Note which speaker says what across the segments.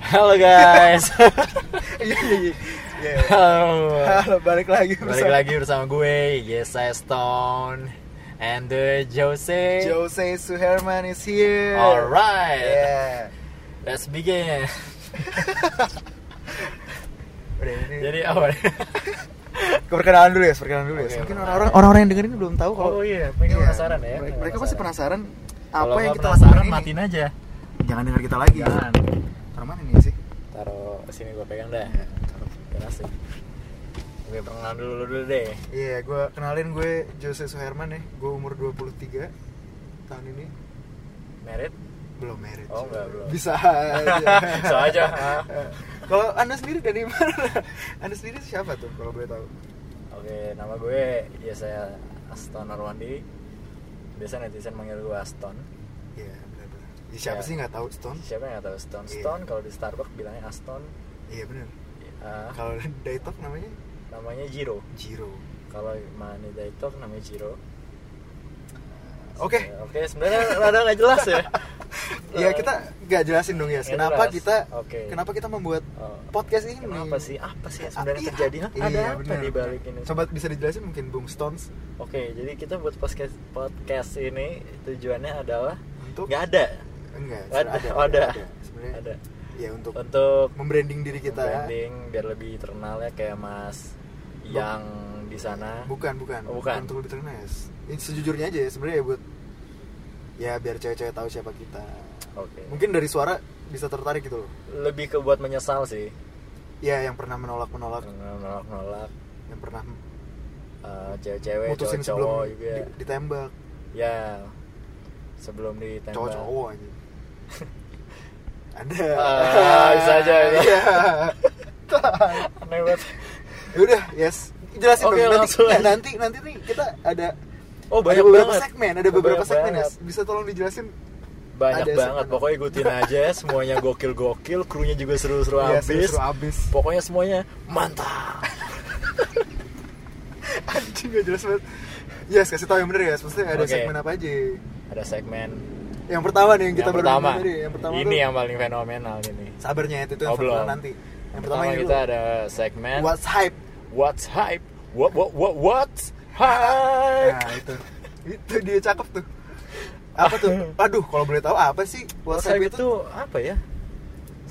Speaker 1: Halo guys.
Speaker 2: Iya, iya, iya. Iya, iya.
Speaker 1: Halo.
Speaker 2: Halo, balik lagi
Speaker 1: Balik lagi bersama gue Yes I Stone and the Jose.
Speaker 2: Jose Suherman is here. Iya.
Speaker 1: Alright.
Speaker 2: Yeah.
Speaker 1: Let's begin.
Speaker 2: Udah, ini
Speaker 1: Jadi apa? nih?
Speaker 2: perkenalan dulu ya, perkenalan dulu ya.
Speaker 1: Oke,
Speaker 2: Mungkin
Speaker 1: perkenalan.
Speaker 2: orang-orang orang-orang yang dengerin belum tahu kalau
Speaker 1: oh iya, mereka
Speaker 2: Iya,
Speaker 1: penasaran ya.
Speaker 2: Mereka, mereka pasti penasaran apa
Speaker 1: Kalau
Speaker 2: yang
Speaker 1: nggak
Speaker 2: kita
Speaker 1: penasaran
Speaker 2: lakukan Iya.
Speaker 1: matiin aja.
Speaker 2: ini. Jangan dengar kita lagi.
Speaker 1: Jangan.
Speaker 2: Taruh mana nih sih?
Speaker 1: Taruh sini gue pegang dah.
Speaker 2: Iya, taruh.
Speaker 1: Keras sih. Gue perkenalan dulu dulu deh.
Speaker 2: Iya, gue kenalin gue Jose Suherman ya. Gue umur 23 tahun ini
Speaker 1: Merit?
Speaker 2: belum married.
Speaker 1: Oh, nggak, belum.
Speaker 2: Bisa aja.
Speaker 1: Bisa aja.
Speaker 2: kalau Anda sendiri dari mana? Anda sendiri siapa tuh kalau boleh tahu?
Speaker 1: Oke, nama gue ya saya Aston Arwandi. Biasa netizen manggil gue Aston.
Speaker 2: Iya, benar-benar. Ya,
Speaker 1: Iya.
Speaker 2: siapa sih nggak tahu Stone?
Speaker 1: Siapa yang nggak tahu Stone?
Speaker 2: Iya.
Speaker 1: Stone kalau di Starbucks bilangnya Aston.
Speaker 2: Iya benar.
Speaker 1: eh,
Speaker 2: Kalau dari Talk namanya
Speaker 1: namanya Jiro.
Speaker 2: Jiro.
Speaker 1: Kalau Manida itu namanya Jiro.
Speaker 2: Oke.
Speaker 1: Ya, Oke, sebenarnya rada nggak jelas ya. Eh,
Speaker 2: Iya kita nggak jelasin dong ya.
Speaker 1: Nggak
Speaker 2: Kenapa
Speaker 1: jelas.
Speaker 2: kita
Speaker 1: Oke.
Speaker 2: kenapa kita membuat
Speaker 1: Oh.
Speaker 2: podcast ini?
Speaker 1: Kenapa sih? Apa sih yang sebenarnya
Speaker 2: Iya,
Speaker 1: terjadi? Hah, Ada
Speaker 2: iya,
Speaker 1: apa
Speaker 2: benar.
Speaker 1: di balik ini?
Speaker 2: Coba bisa dijelasin mungkin Bung Stones
Speaker 1: Oke, jadi kita buat podcast podcast ini tujuannya adalah
Speaker 2: untuk
Speaker 1: nggak ada.
Speaker 2: enggak
Speaker 1: Ada,
Speaker 2: sebenarnya
Speaker 1: ada,
Speaker 2: Sebenarnya
Speaker 1: ada.
Speaker 2: ya untuk
Speaker 1: Untuk
Speaker 2: membranding diri kita. ya.
Speaker 1: branding biar lebih terkenal ya kayak Mas yang di sana.
Speaker 2: Bukan, bukan.
Speaker 1: Oh, bukan.
Speaker 2: Untuk lebih terkenal. Ini sejujurnya aja ya sebenarnya ya buat ya biar cewek-cewek tahu siapa kita.
Speaker 1: Oke.
Speaker 2: Mungkin dari suara bisa tertarik gitu loh.
Speaker 1: Lebih ke buat menyesal sih.
Speaker 2: Ya yang pernah menolak menolak,
Speaker 1: Nolak-nolak
Speaker 2: yang pernah
Speaker 1: eh, cewek-cewek,
Speaker 2: mutusin
Speaker 1: Hmm. cowok-cowok gitu juga.
Speaker 2: sebelum di- ditembak
Speaker 1: Ya, sebelum ditembak.
Speaker 2: cowok-cowok aja ada
Speaker 1: Ah, bisa aja, bisa.
Speaker 2: Iya.
Speaker 1: Aneh banget.
Speaker 2: ya udah yes jelasin
Speaker 1: Oke,
Speaker 2: dong nanti,
Speaker 1: langsung
Speaker 2: ya,
Speaker 1: aja.
Speaker 2: nanti nanti nih kita ada
Speaker 1: Oh
Speaker 2: ada
Speaker 1: banyak
Speaker 2: beberapa
Speaker 1: banget.
Speaker 2: segmen ada beberapa
Speaker 1: Banyak
Speaker 2: segmen
Speaker 1: banget.
Speaker 2: Yes. bisa tolong dijelasin
Speaker 1: Banyak
Speaker 2: Ada
Speaker 1: banget.
Speaker 2: segmen.
Speaker 1: Pokoknya ikutin aja. Semuanya gokil-gokil. Krunya juga seru-seru
Speaker 2: Iya,
Speaker 1: abis.
Speaker 2: seru-seru abis
Speaker 1: Pokoknya semuanya mantap.
Speaker 2: anjing gak jelas banget yes kasih tahu yang bener ya maksudnya ada
Speaker 1: Oke.
Speaker 2: segmen apa aja
Speaker 1: Ada segmen
Speaker 2: yang pertama nih yang kita baru
Speaker 1: pertama.
Speaker 2: ngomongin tadi yang pertama
Speaker 1: ini
Speaker 2: tuh,
Speaker 1: yang paling fenomenal ini.
Speaker 2: sabarnya
Speaker 1: Oh,
Speaker 2: itu yang pertama
Speaker 1: belum.
Speaker 2: nanti yang
Speaker 1: pertama
Speaker 2: pertama, ini
Speaker 1: kita
Speaker 2: dulu.
Speaker 1: ada segmen
Speaker 2: what's hype
Speaker 1: What's hype? What what what what's hype?
Speaker 2: Nah, itu. itu dia cakep tuh. Apa tuh? Aduh, kalau boleh tahu apa sih
Speaker 1: What's
Speaker 2: WhatsApp
Speaker 1: hype
Speaker 2: itu?
Speaker 1: itu apa ya?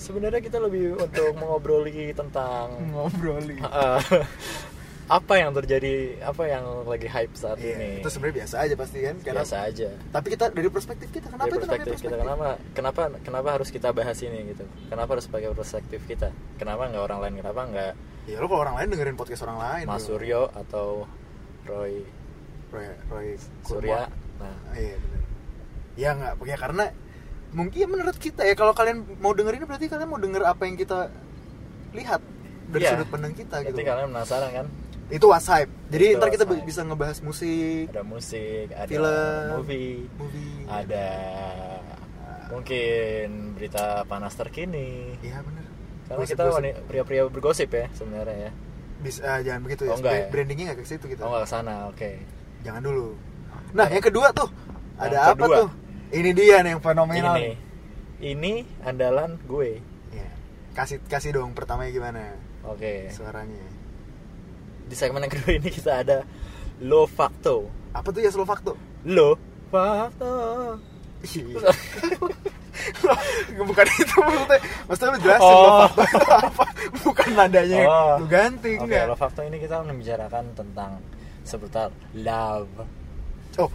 Speaker 1: Sebenarnya kita lebih untuk mengobroli tentang
Speaker 2: Hmm. Ngobrolin.
Speaker 1: Eh, apa yang terjadi apa yang lagi hype saat ini
Speaker 2: Iya, itu sebenarnya biasa aja pasti kan. Karena
Speaker 1: biasa aja
Speaker 2: tapi kita dari perspektif kita
Speaker 1: dari
Speaker 2: kenapa itu namanya
Speaker 1: perspektif kita kenapa kenapa kenapa harus kita bahas ini gitu kenapa harus pakai perspektif kita kenapa nggak orang lain kenapa nggak
Speaker 2: Ya lu kalau orang lain dengerin podcast orang lain.
Speaker 1: Mas
Speaker 2: bro.
Speaker 1: Suryo atau Roy
Speaker 2: Roy, Roy Kurnia.
Speaker 1: Surya nah
Speaker 2: Ah, Iya, bener. Ya nggak, ya karena mungkin ya menurut kita ya kalau kalian mau dengerin berarti kalian mau denger apa yang kita lihat dari
Speaker 1: Iya.
Speaker 2: sudut pandang kita gitu.
Speaker 1: berarti kalian penasaran kan
Speaker 2: Itu WhatsApp.
Speaker 1: Itu
Speaker 2: Jadi ntar kita
Speaker 1: WhatsApp.
Speaker 2: bisa ngebahas musik,
Speaker 1: ada musik ada
Speaker 2: Film.
Speaker 1: movie
Speaker 2: movie,
Speaker 1: ada mungkin berita panas terkini
Speaker 2: Iya bener
Speaker 1: karena
Speaker 2: Gosip-
Speaker 1: kita
Speaker 2: gosip.
Speaker 1: wani- pria-pria bergosip ya sebenarnya ya
Speaker 2: Bis- eh, jangan begitu ya.
Speaker 1: Oh, enggak
Speaker 2: Sebenarnya
Speaker 1: ya?
Speaker 2: Brandingnya nggak ke situ kita.
Speaker 1: oh nggak kesana oke
Speaker 2: Jangan dulu. Nah yang kedua tuh ada
Speaker 1: Yang
Speaker 2: apa
Speaker 1: kedua.
Speaker 2: tuh? Ini dia nih yang fenomenal.
Speaker 1: ini ini andalan gue
Speaker 2: Ya. Kasih kasih dong pertamanya gimana
Speaker 1: oke
Speaker 2: suaranya?
Speaker 1: di segmen yang kedua ini kita ada lo facto
Speaker 2: Apa tuh ya slow facto?
Speaker 1: lo facto
Speaker 2: Ih. bukan itu maksudnya maksudnya lu jelasin
Speaker 1: Oh.
Speaker 2: slow facto itu apa bukan nadanya
Speaker 1: Oh.
Speaker 2: lu ganti
Speaker 1: oke
Speaker 2: enggak
Speaker 1: lo facto ini kita membicarakan tentang seputar love
Speaker 2: oh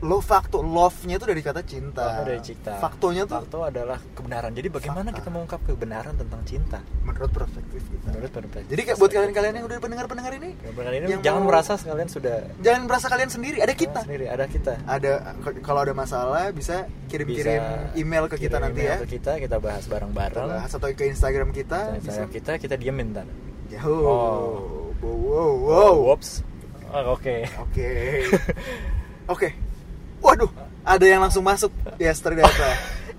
Speaker 2: lo facto love nya itu dari kata cinta
Speaker 1: Love dari cinta
Speaker 2: faktonya tuh
Speaker 1: facto adalah kebenaran jadi bagaimana
Speaker 2: Fakta.
Speaker 1: kita mengungkap kebenaran tentang cinta
Speaker 2: menurut perspektif kita
Speaker 1: menurut perspektif
Speaker 2: jadi kayak buat kalian-kalian yang udah pendengar-pendengar ini
Speaker 1: Benar ini
Speaker 2: yang
Speaker 1: jangan
Speaker 2: mau-
Speaker 1: merasa kalian sudah
Speaker 2: jangan merasa kalian sendiri ada kita
Speaker 1: sendiri ada kita
Speaker 2: ada kalau ada masalah bisa kirim-kirim
Speaker 1: Bisa
Speaker 2: email ke kita
Speaker 1: kirim
Speaker 2: nanti
Speaker 1: email
Speaker 2: ya
Speaker 1: ke kita kita bahas
Speaker 2: Kita
Speaker 1: bareng-bareng
Speaker 2: bahas atau ke Instagram kita bisa
Speaker 1: Instagram kita kita diemin ntar
Speaker 2: jauh
Speaker 1: Oh.
Speaker 2: wow wow, wow.
Speaker 1: Whoops. Oh, oke
Speaker 2: oke oke waduh ada yang langsung masuk yes ternyata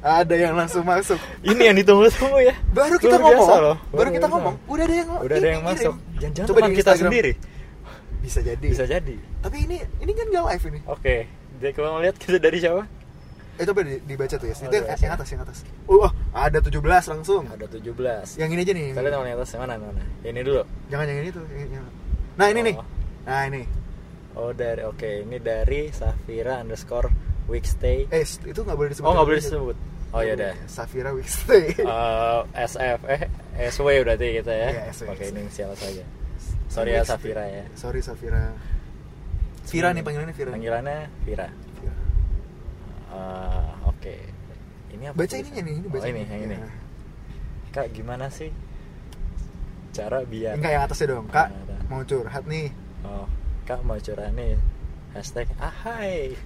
Speaker 2: ada yang langsung masuk
Speaker 1: ini yang ditunggu-tunggu ya
Speaker 2: baru kita
Speaker 1: Luar
Speaker 2: ngomong
Speaker 1: biasa loh.
Speaker 2: baru kita
Speaker 1: biasa.
Speaker 2: ngomong udah ada yang
Speaker 1: udah ada
Speaker 2: ini
Speaker 1: yang
Speaker 2: kirim.
Speaker 1: masuk jangan-jangan
Speaker 2: Coba
Speaker 1: teman
Speaker 2: di
Speaker 1: kita
Speaker 2: Instagram.
Speaker 1: sendiri
Speaker 2: bisa jadi
Speaker 1: bisa jadi
Speaker 2: tapi ini ini kan gak live ini
Speaker 1: oke jadi kamu lihat kita dari siapa
Speaker 2: eh Eh coba di- dibaca tuh ya.
Speaker 1: Oh,
Speaker 2: Itu yang,
Speaker 1: dibaca.
Speaker 2: yang atas, yang atas. Oh, oh, ada 17 langsung.
Speaker 1: Ada 17.
Speaker 2: Yang ini aja nih.
Speaker 1: Kalian teman yang atas yang mana yang mana? Ini dulu.
Speaker 2: Jangan yang ini tuh. yang- yang- Nah, ini nih.
Speaker 1: Oh.
Speaker 2: Nah, ini.
Speaker 1: Oh dari oke ini dari Safira underscore Weekstay.
Speaker 2: Eh, s- itu nggak boleh disebut.
Speaker 1: Oh nggak boleh disebut. Oh ya udah.
Speaker 2: Safira Wixte.
Speaker 1: Eh, SF eh SW berarti kita ya.
Speaker 2: Iya, SW.
Speaker 1: Pakai inisial saja. Sorry ya
Speaker 2: Wixte.
Speaker 1: Safira ya.
Speaker 2: Sorry Safira. Vira nih panggilannya Vira.
Speaker 1: Panggilannya Vira.
Speaker 2: Vira.
Speaker 1: Eh, oke. Ini apa?
Speaker 2: Baca
Speaker 1: tulisan?
Speaker 2: ininya nih, ini
Speaker 1: Oh,
Speaker 2: baca.
Speaker 1: ini, yang ini.
Speaker 2: Ya.
Speaker 1: Kak gimana sih cara biar
Speaker 2: Enggak ya. yang atasnya dong, Kak.
Speaker 1: Ya. Ada.
Speaker 2: Mau curhat nih.
Speaker 1: Oh, Kak mau curah nih. Hashtag ahai.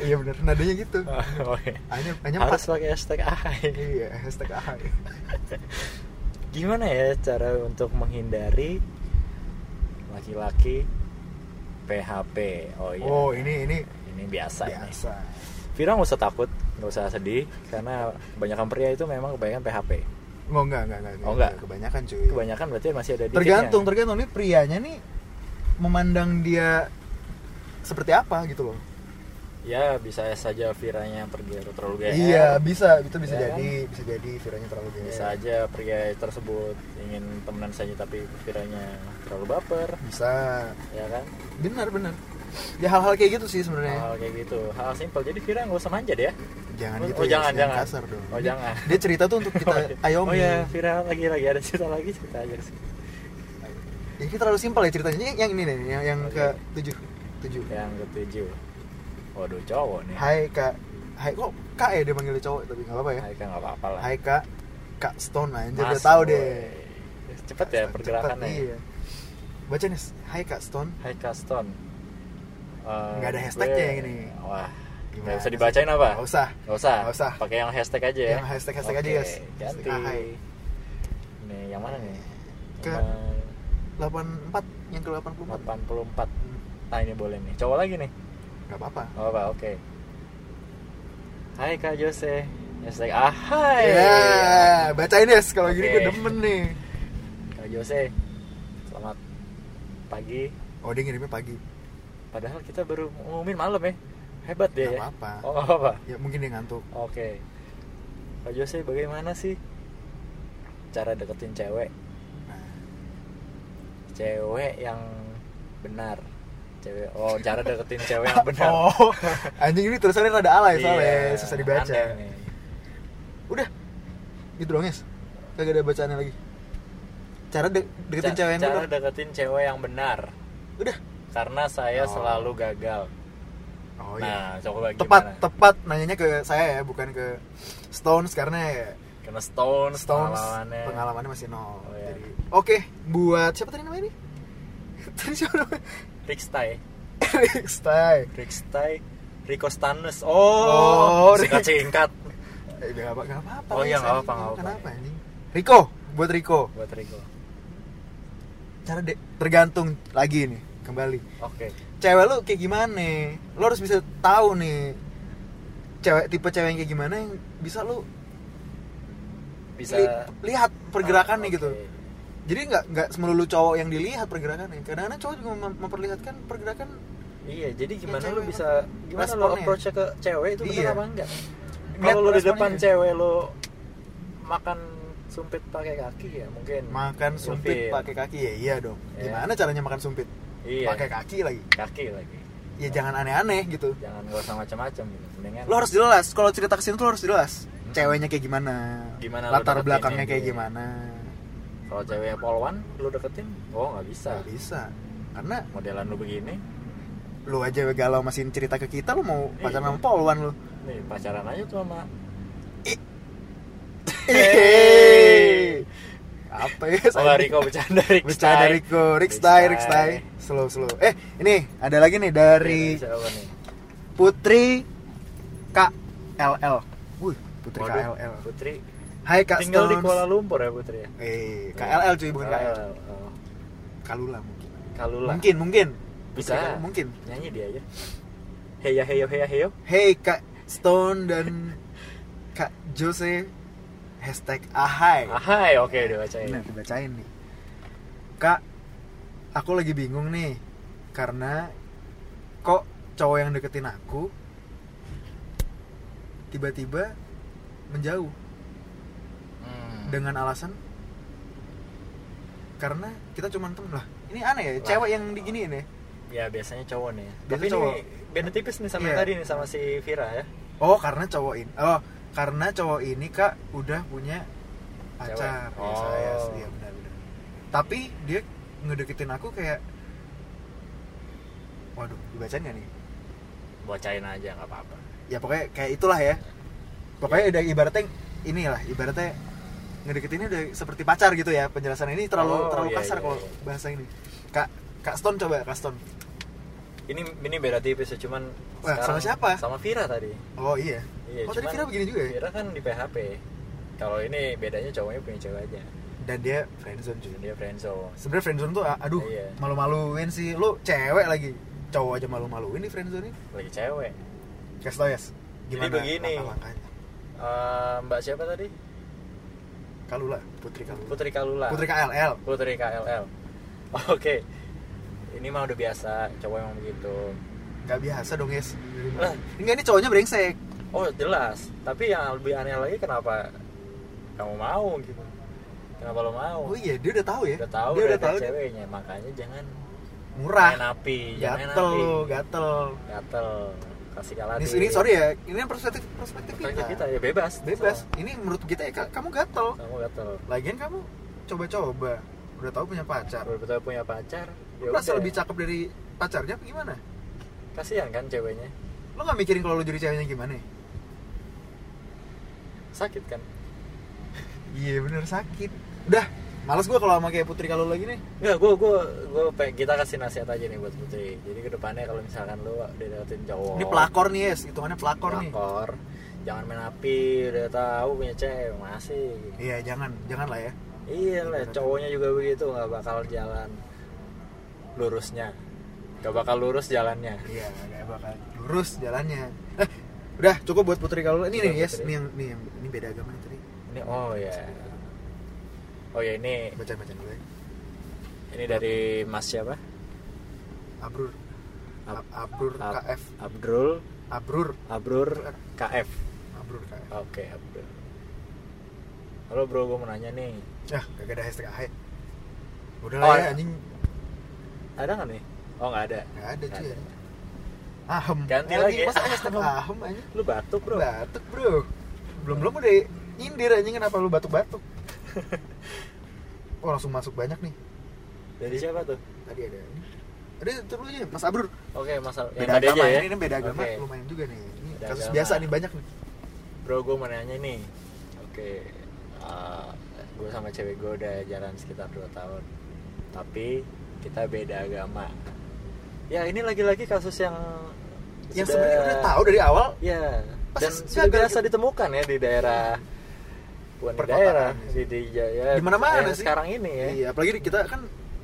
Speaker 2: Iya bener, nadanya gitu.
Speaker 1: Oh, oke.
Speaker 2: Hanya hanya
Speaker 1: Harus Oh,
Speaker 2: pas.
Speaker 1: pakai hashtag ahai.
Speaker 2: Iya, hashtag ahai.
Speaker 1: Gimana ya cara untuk menghindari laki-laki PHP? Oh iya.
Speaker 2: Oh, ini ini
Speaker 1: Ini biasa, nih.
Speaker 2: biasa.
Speaker 1: Vira nggak usah takut, nggak usah sedih, karena kebanyakan pria itu memang kebanyakan PHP.
Speaker 2: Oh enggak, enggak, enggak.
Speaker 1: Oh, enggak?
Speaker 2: Kebanyakan cuy.
Speaker 1: Kebanyakan berarti masih ada di
Speaker 2: Tergantung, tergantung nih prianya nih memandang dia seperti apa gitu loh.
Speaker 1: Ya bisa saja Viranya pergi atau terlalu gaya.
Speaker 2: Iya, bisa, itu bisa
Speaker 1: Ya
Speaker 2: jadi, bisa jadi viranya terlalu gaya.
Speaker 1: Bisa aja pria tersebut ingin temenan saja tapi Viranya terlalu baper,
Speaker 2: Bisa.
Speaker 1: ya kan?
Speaker 2: Benar, benar. Ya hal-hal kayak gitu sih sebenarnya.
Speaker 1: Hal kayak gitu, hal simpel. Jadi Vira nggak usah manja deh ya.
Speaker 2: Jangan
Speaker 1: Oh,
Speaker 2: gitu
Speaker 1: oh,
Speaker 2: ya,
Speaker 1: jangan, jangan.
Speaker 2: kasar dong.
Speaker 1: Oh,
Speaker 2: Ini-
Speaker 1: jangan.
Speaker 2: Dia cerita tuh untuk kita ayomi.
Speaker 1: Oh ya, Vira lagi lagi ada cerita lagi cerita aja sih.
Speaker 2: Ini terlalu simpel ya ceritanya. Ini yang ini nih, yang, yang
Speaker 1: Oke.
Speaker 2: ke tujuh, tujuh.
Speaker 1: Yang ketujuh. Waduh cowok nih.
Speaker 2: Hai kak, hai kok kak ya dia manggilnya cowok tapi nggak apa-apa ya.
Speaker 1: Hai, kan nggak apa-apa lah.
Speaker 2: Hai kak, kak Stone aja
Speaker 1: Mas,
Speaker 2: udah tahu
Speaker 1: woy.
Speaker 2: deh.
Speaker 1: Cepet ya
Speaker 2: Cepet,
Speaker 1: pergerakannya.
Speaker 2: Iya. Baca nih, hai kak Stone.
Speaker 1: Hai Kaston. Eh,
Speaker 2: Nggak ada hashtagnya
Speaker 1: gue-
Speaker 2: yang ini.
Speaker 1: Wah.
Speaker 2: Gimana
Speaker 1: Gak usah
Speaker 2: sih?
Speaker 1: dibacain apa?
Speaker 2: Nggak usah.
Speaker 1: Nggak usah.
Speaker 2: Nggak usah.
Speaker 1: Pakai yang hashtag aja ya.
Speaker 2: Yang hashtag-hashtag aja,
Speaker 1: Oke,
Speaker 2: guys.
Speaker 1: Ganti.
Speaker 2: Ah, hai.
Speaker 1: Nih, yang mana nih?
Speaker 2: Ke- Delapan empat yang ke delapan puluh
Speaker 1: Yang
Speaker 2: empat.
Speaker 1: 84. Nah, ini boleh nih. Cowok lagi nih.
Speaker 2: Gak apa-apa.
Speaker 1: Gak apa, oke. Hai Kak Jose. Hashtag ah hai.
Speaker 2: Ya, bacain Des. Kalau gini gue
Speaker 1: iya. Oke.
Speaker 2: demen nih.
Speaker 1: Kak Jose. Selamat pagi.
Speaker 2: Oh dia ngirimnya pagi.
Speaker 1: Padahal kita baru ngumumin malam ya. Hebat
Speaker 2: Gak
Speaker 1: dia ya.
Speaker 2: apa-apa.
Speaker 1: Oh, nggak apa-apa.
Speaker 2: Ya mungkin dia ngantuk.
Speaker 1: Oke. Kak Jose bagaimana sih cara deketin cewek?
Speaker 2: Nah,
Speaker 1: Cewek yang benar. Cewek. Oh, cara deketin cewek yang benar.
Speaker 2: Oh, anjing ini tulisannya rada alay soalnya
Speaker 1: Iya,
Speaker 2: susah dibaca.
Speaker 1: aneh nih.
Speaker 2: Udah, gitu dong Yes. Kagak ada bacaannya lagi. Cara de- deketin
Speaker 1: Ca-
Speaker 2: cewek yang
Speaker 1: cara
Speaker 2: bener.
Speaker 1: deketin cewek yang benar.
Speaker 2: Udah.
Speaker 1: Karena saya
Speaker 2: Oh.
Speaker 1: selalu gagal.
Speaker 2: Oh
Speaker 1: Nah, coba gimana?
Speaker 2: Tepat, tepat nanyanya ke saya ya, bukan ke Stones karena ya
Speaker 1: Karena Stones,
Speaker 2: Stones
Speaker 1: pengalamannya.
Speaker 2: pengalamannya, masih nol.
Speaker 1: Oh, iya.
Speaker 2: Jadi, oke, buat siapa tadi namanya ini? tadi siapa namanya?
Speaker 1: Rickstai.
Speaker 2: Eric Stay.
Speaker 1: Rickstai. Rico Stanus. Oh,
Speaker 2: Oh,
Speaker 1: singkat-singkat.
Speaker 2: Eh, gak apa- gak apa-apa.
Speaker 1: Oh, iya,
Speaker 2: Yes,
Speaker 1: gak
Speaker 2: anjing.
Speaker 1: apa-apa, gak
Speaker 2: Kenapa
Speaker 1: apa-apa.
Speaker 2: anjing? Rico, buat Rico.
Speaker 1: Buat Rico.
Speaker 2: Cara de- tergantung lagi nih, kembali.
Speaker 1: Oke.
Speaker 2: Cewek lu kayak gimana? Lu harus bisa tahu nih cewek tipe cewek yang kayak gimana yang bisa lu
Speaker 1: Bisa
Speaker 2: li- lihat pergerakannya
Speaker 1: Ah,
Speaker 2: gitu.
Speaker 1: oke.
Speaker 2: Jadi nggak nggak semelulu cowok yang dilihat pergerakannya. Kadang-kadang cowok juga mem- memperlihatkan pergerakan
Speaker 1: Iya, jadi gimana
Speaker 2: cewek
Speaker 1: lu bisa
Speaker 2: emang
Speaker 1: gimana lu
Speaker 2: responnya.
Speaker 1: approach ke cewek itu bener
Speaker 2: Iya.
Speaker 1: apa enggak?
Speaker 2: Ngeliat
Speaker 1: Kalau lu di
Speaker 2: responnya
Speaker 1: depan
Speaker 2: ya.
Speaker 1: cewek lu makan sumpit pakai kaki ya mungkin
Speaker 2: makan sumpit
Speaker 1: ilfil.
Speaker 2: pakai kaki ya iya dong.
Speaker 1: Iya.
Speaker 2: Gimana caranya makan sumpit?
Speaker 1: iya.
Speaker 2: Pakai kaki lagi.
Speaker 1: kaki lagi.
Speaker 2: Ya jangan aneh-aneh gitu.
Speaker 1: Jangan gak usah macam-macam gitu. Mendingan
Speaker 2: Lo harus jelas. Kalau cerita kesini tuh lo harus jelas. Ceweknya kayak gimana?
Speaker 1: Hmm. Gimana lo
Speaker 2: Latar
Speaker 1: dapetinnya
Speaker 2: belakangnya kayak
Speaker 1: gitu.
Speaker 2: gimana?
Speaker 1: kalau cewek polwan lu deketin, oh nggak bisa.
Speaker 2: Gak bisa. Karena
Speaker 1: Modelan lu begini,
Speaker 2: lu aja galau masih cerita ke kita lu mau pacaran
Speaker 1: Iya.
Speaker 2: sama polwan lu.
Speaker 1: nih pacaran aja tuh sama
Speaker 2: Hehehe. Apa ya?
Speaker 1: sama Riko bercanda Oh, Rick
Speaker 2: Bercanda
Speaker 1: Stein.
Speaker 2: Riko,
Speaker 1: Rick
Speaker 2: Rick Style, Rick
Speaker 1: Stein.
Speaker 2: Style. Slow, slow. Eh, ini ada lagi nih dari
Speaker 1: Iya, siapa nih?
Speaker 2: Putri KLL. Wih, Putri
Speaker 1: Waduh,
Speaker 2: KLL.
Speaker 1: Putri
Speaker 2: Hai Kak
Speaker 1: tinggal di
Speaker 2: Stones.
Speaker 1: Kuala Lumpur ya Putri ya.
Speaker 2: Eh, KLL cuy bukan KL.
Speaker 1: Oh,
Speaker 2: Kalula mungkin.
Speaker 1: Kalula.
Speaker 2: Mungkin, mungkin.
Speaker 1: Bisa.
Speaker 2: Putri KLL, mungkin.
Speaker 1: Nyanyi dia aja. Heya heyo heya heyo.
Speaker 2: Hey Kak Stone dan Kak Jose hashtag ahai.
Speaker 1: Ahai, Ah, oke udah bacain.
Speaker 2: Nah, dibacain nih. Kak, aku lagi bingung nih karena kok cowok yang deketin aku tiba-tiba menjauh
Speaker 1: Hmm.
Speaker 2: dengan alasan karena kita cuman temen lah ini aneh ya cewek yang diginiin ya
Speaker 1: ya biasanya cowok nih
Speaker 2: Biasa
Speaker 1: tapi
Speaker 2: cowok.
Speaker 1: ini beda tipis nih sama
Speaker 2: Iya.
Speaker 1: yang tadi nih sama si Vira ya
Speaker 2: oh karena cowok ini oh karena cowok ini kak udah punya pacar
Speaker 1: Cewek.
Speaker 2: Ya, saya
Speaker 1: Oh.
Speaker 2: iya, benar benar tapi dia ngedeketin aku kayak waduh dibacain gak nih
Speaker 1: bocain aja nggak apa-apa
Speaker 2: ya pokoknya kayak itulah ya pokoknya udah ibaratnya inilah ibaratnya ngedeketinnya udah seperti pacar gitu ya penjelasan ini terlalu
Speaker 1: Oh,
Speaker 2: terlalu
Speaker 1: iya,
Speaker 2: kasar
Speaker 1: iya,
Speaker 2: kalau
Speaker 1: iya.
Speaker 2: bahasa ini kak kak Stone coba kak Stone
Speaker 1: ini ini beda tipis ya cuman
Speaker 2: Wah, sama siapa?
Speaker 1: sama Vira tadi
Speaker 2: oh iya,
Speaker 1: Iya,
Speaker 2: oh tadi
Speaker 1: cuman
Speaker 2: Vira begini juga ya
Speaker 1: Vira kan di PHP kalau ini bedanya cowoknya punya cewek aja
Speaker 2: dan dia friendzone juga
Speaker 1: dia friendzone
Speaker 2: sebenarnya friendzone tuh a- aduh
Speaker 1: Iya.
Speaker 2: malu-maluin sih lu cewek lagi cowok aja malu-maluin di friendzone ini
Speaker 1: lagi cewek
Speaker 2: kasih tau ya Yas,
Speaker 1: Jadi
Speaker 2: gimana
Speaker 1: begini.
Speaker 2: langkah-langkahnya
Speaker 1: Eh, mbak siapa tadi
Speaker 2: Kalula Putri Kalula
Speaker 1: Putri Kalula
Speaker 2: Putri KLL
Speaker 1: Putri KLL oke ini mah udah biasa cowok emang begitu
Speaker 2: nggak biasa dong Yes
Speaker 1: Lah.
Speaker 2: enggak ini cowoknya brengsek
Speaker 1: oh jelas tapi yang lebih aneh lagi kenapa kamu mau gitu kenapa lo mau
Speaker 2: oh iya dia udah tahu ya
Speaker 1: udah tahu
Speaker 2: dia
Speaker 1: udah
Speaker 2: udah tahu
Speaker 1: ada ceweknya makanya jangan
Speaker 2: murah
Speaker 1: main api jangan main
Speaker 2: gatel
Speaker 1: api
Speaker 2: lu gatel
Speaker 1: gatel kasih kalah
Speaker 2: ini,
Speaker 1: dikit.
Speaker 2: ini sorry ya ini perspektif perspektif
Speaker 1: Perspektif
Speaker 2: kita,
Speaker 1: kita ya bebas
Speaker 2: bebas ini menurut kita ya ka- kamu gatel
Speaker 1: kamu gatel
Speaker 2: lagian kamu coba-coba udah tahu punya pacar
Speaker 1: kalau betul punya pacar ya
Speaker 2: lu
Speaker 1: udah.
Speaker 2: merasa lebih cakep dari pacarnya apa gimana
Speaker 1: kasihan kan ceweknya
Speaker 2: lo gak mikirin kalau lo jadi ceweknya gimana ya?
Speaker 1: sakit kan
Speaker 2: iya bener sakit udah males gue kalau sama kayak putri kalau lagi nih
Speaker 1: Enggak, gue gue gue kita kasih nasihat aja nih buat Putri. Jadi kedepannya kalau misalkan lu udah dapetin cowok,
Speaker 2: ini pelakor nih yes hitungannya pelakor,
Speaker 1: Oh.
Speaker 2: nih
Speaker 1: pelakor, jangan main api, udah tahu punya cewek masih.
Speaker 2: iya jangan jangan lah ya
Speaker 1: Iya lah, cowoknya juga begitu nggak bakal jalan lurusnya, nggak bakal lurus jalannya.
Speaker 2: iya gak bakal lurus jalannya eh udah cukup buat putri kalau ini nih
Speaker 1: Cukup,
Speaker 2: yes
Speaker 1: Putri.
Speaker 2: ini yang ini yang ini beda agama nih tadi
Speaker 1: Ini oh ya, oh ya ini
Speaker 2: bacaan bacaan dulu ya
Speaker 1: ini dari Mas siapa?
Speaker 2: abrur
Speaker 1: Ab-
Speaker 2: Ab- abrur
Speaker 1: Ab-
Speaker 2: kf
Speaker 1: Abdul
Speaker 2: abrur
Speaker 1: Abrur KF.
Speaker 2: abrur kf
Speaker 1: Oke Abdul. Halo bro, gue mau nanya nih.
Speaker 2: ah kagak ada hashtag ahe udah
Speaker 1: Oh,
Speaker 2: lah ya
Speaker 1: ada.
Speaker 2: anjing
Speaker 1: Ada nggak nih? Oh nggak ada.
Speaker 2: gak ada
Speaker 1: Nggak
Speaker 2: cuy
Speaker 1: ada.
Speaker 2: ahem
Speaker 1: Ganti
Speaker 2: Eh,
Speaker 1: lagi.
Speaker 2: masa hashtag
Speaker 1: Ahem.
Speaker 2: ahem anjing
Speaker 1: Lu batuk bro.
Speaker 2: Batuk bro Belum belum udah nyindir anjing kenapa lu batuk-batuk Oh langsung masuk banyak nih
Speaker 1: Dari siapa tuh?
Speaker 2: Tadi ada ini Ada itu dulu aja Mas Abrur
Speaker 1: Oke masalah. yang
Speaker 2: Beda
Speaker 1: tadi
Speaker 2: agama
Speaker 1: aja ya?
Speaker 2: ini, ini beda agama
Speaker 1: Oke.
Speaker 2: lumayan juga nih Ini
Speaker 1: Beda
Speaker 2: kasus
Speaker 1: agama.
Speaker 2: biasa nih banyak nih
Speaker 1: Bro gue mau nanya nih. Oke. gue sama cewek gue udah jalan sekitar 2 tahun. Tapi kita beda agama. Ya ini lagi-lagi kasus yang
Speaker 2: Yang
Speaker 1: sudah-
Speaker 2: sebenarnya udah tahu dari awal
Speaker 1: Ya,
Speaker 2: Pas
Speaker 1: dan
Speaker 2: sudah
Speaker 1: sudah
Speaker 2: agak-
Speaker 1: biasa ditemukan ya di daerah bukan di
Speaker 2: Perkotaan
Speaker 1: daerah
Speaker 2: ya
Speaker 1: di
Speaker 2: sih.
Speaker 1: di ya,
Speaker 2: Di mana-mana
Speaker 1: daerah
Speaker 2: sih.
Speaker 1: sekarang ini ya.
Speaker 2: Iya apalagi kita kan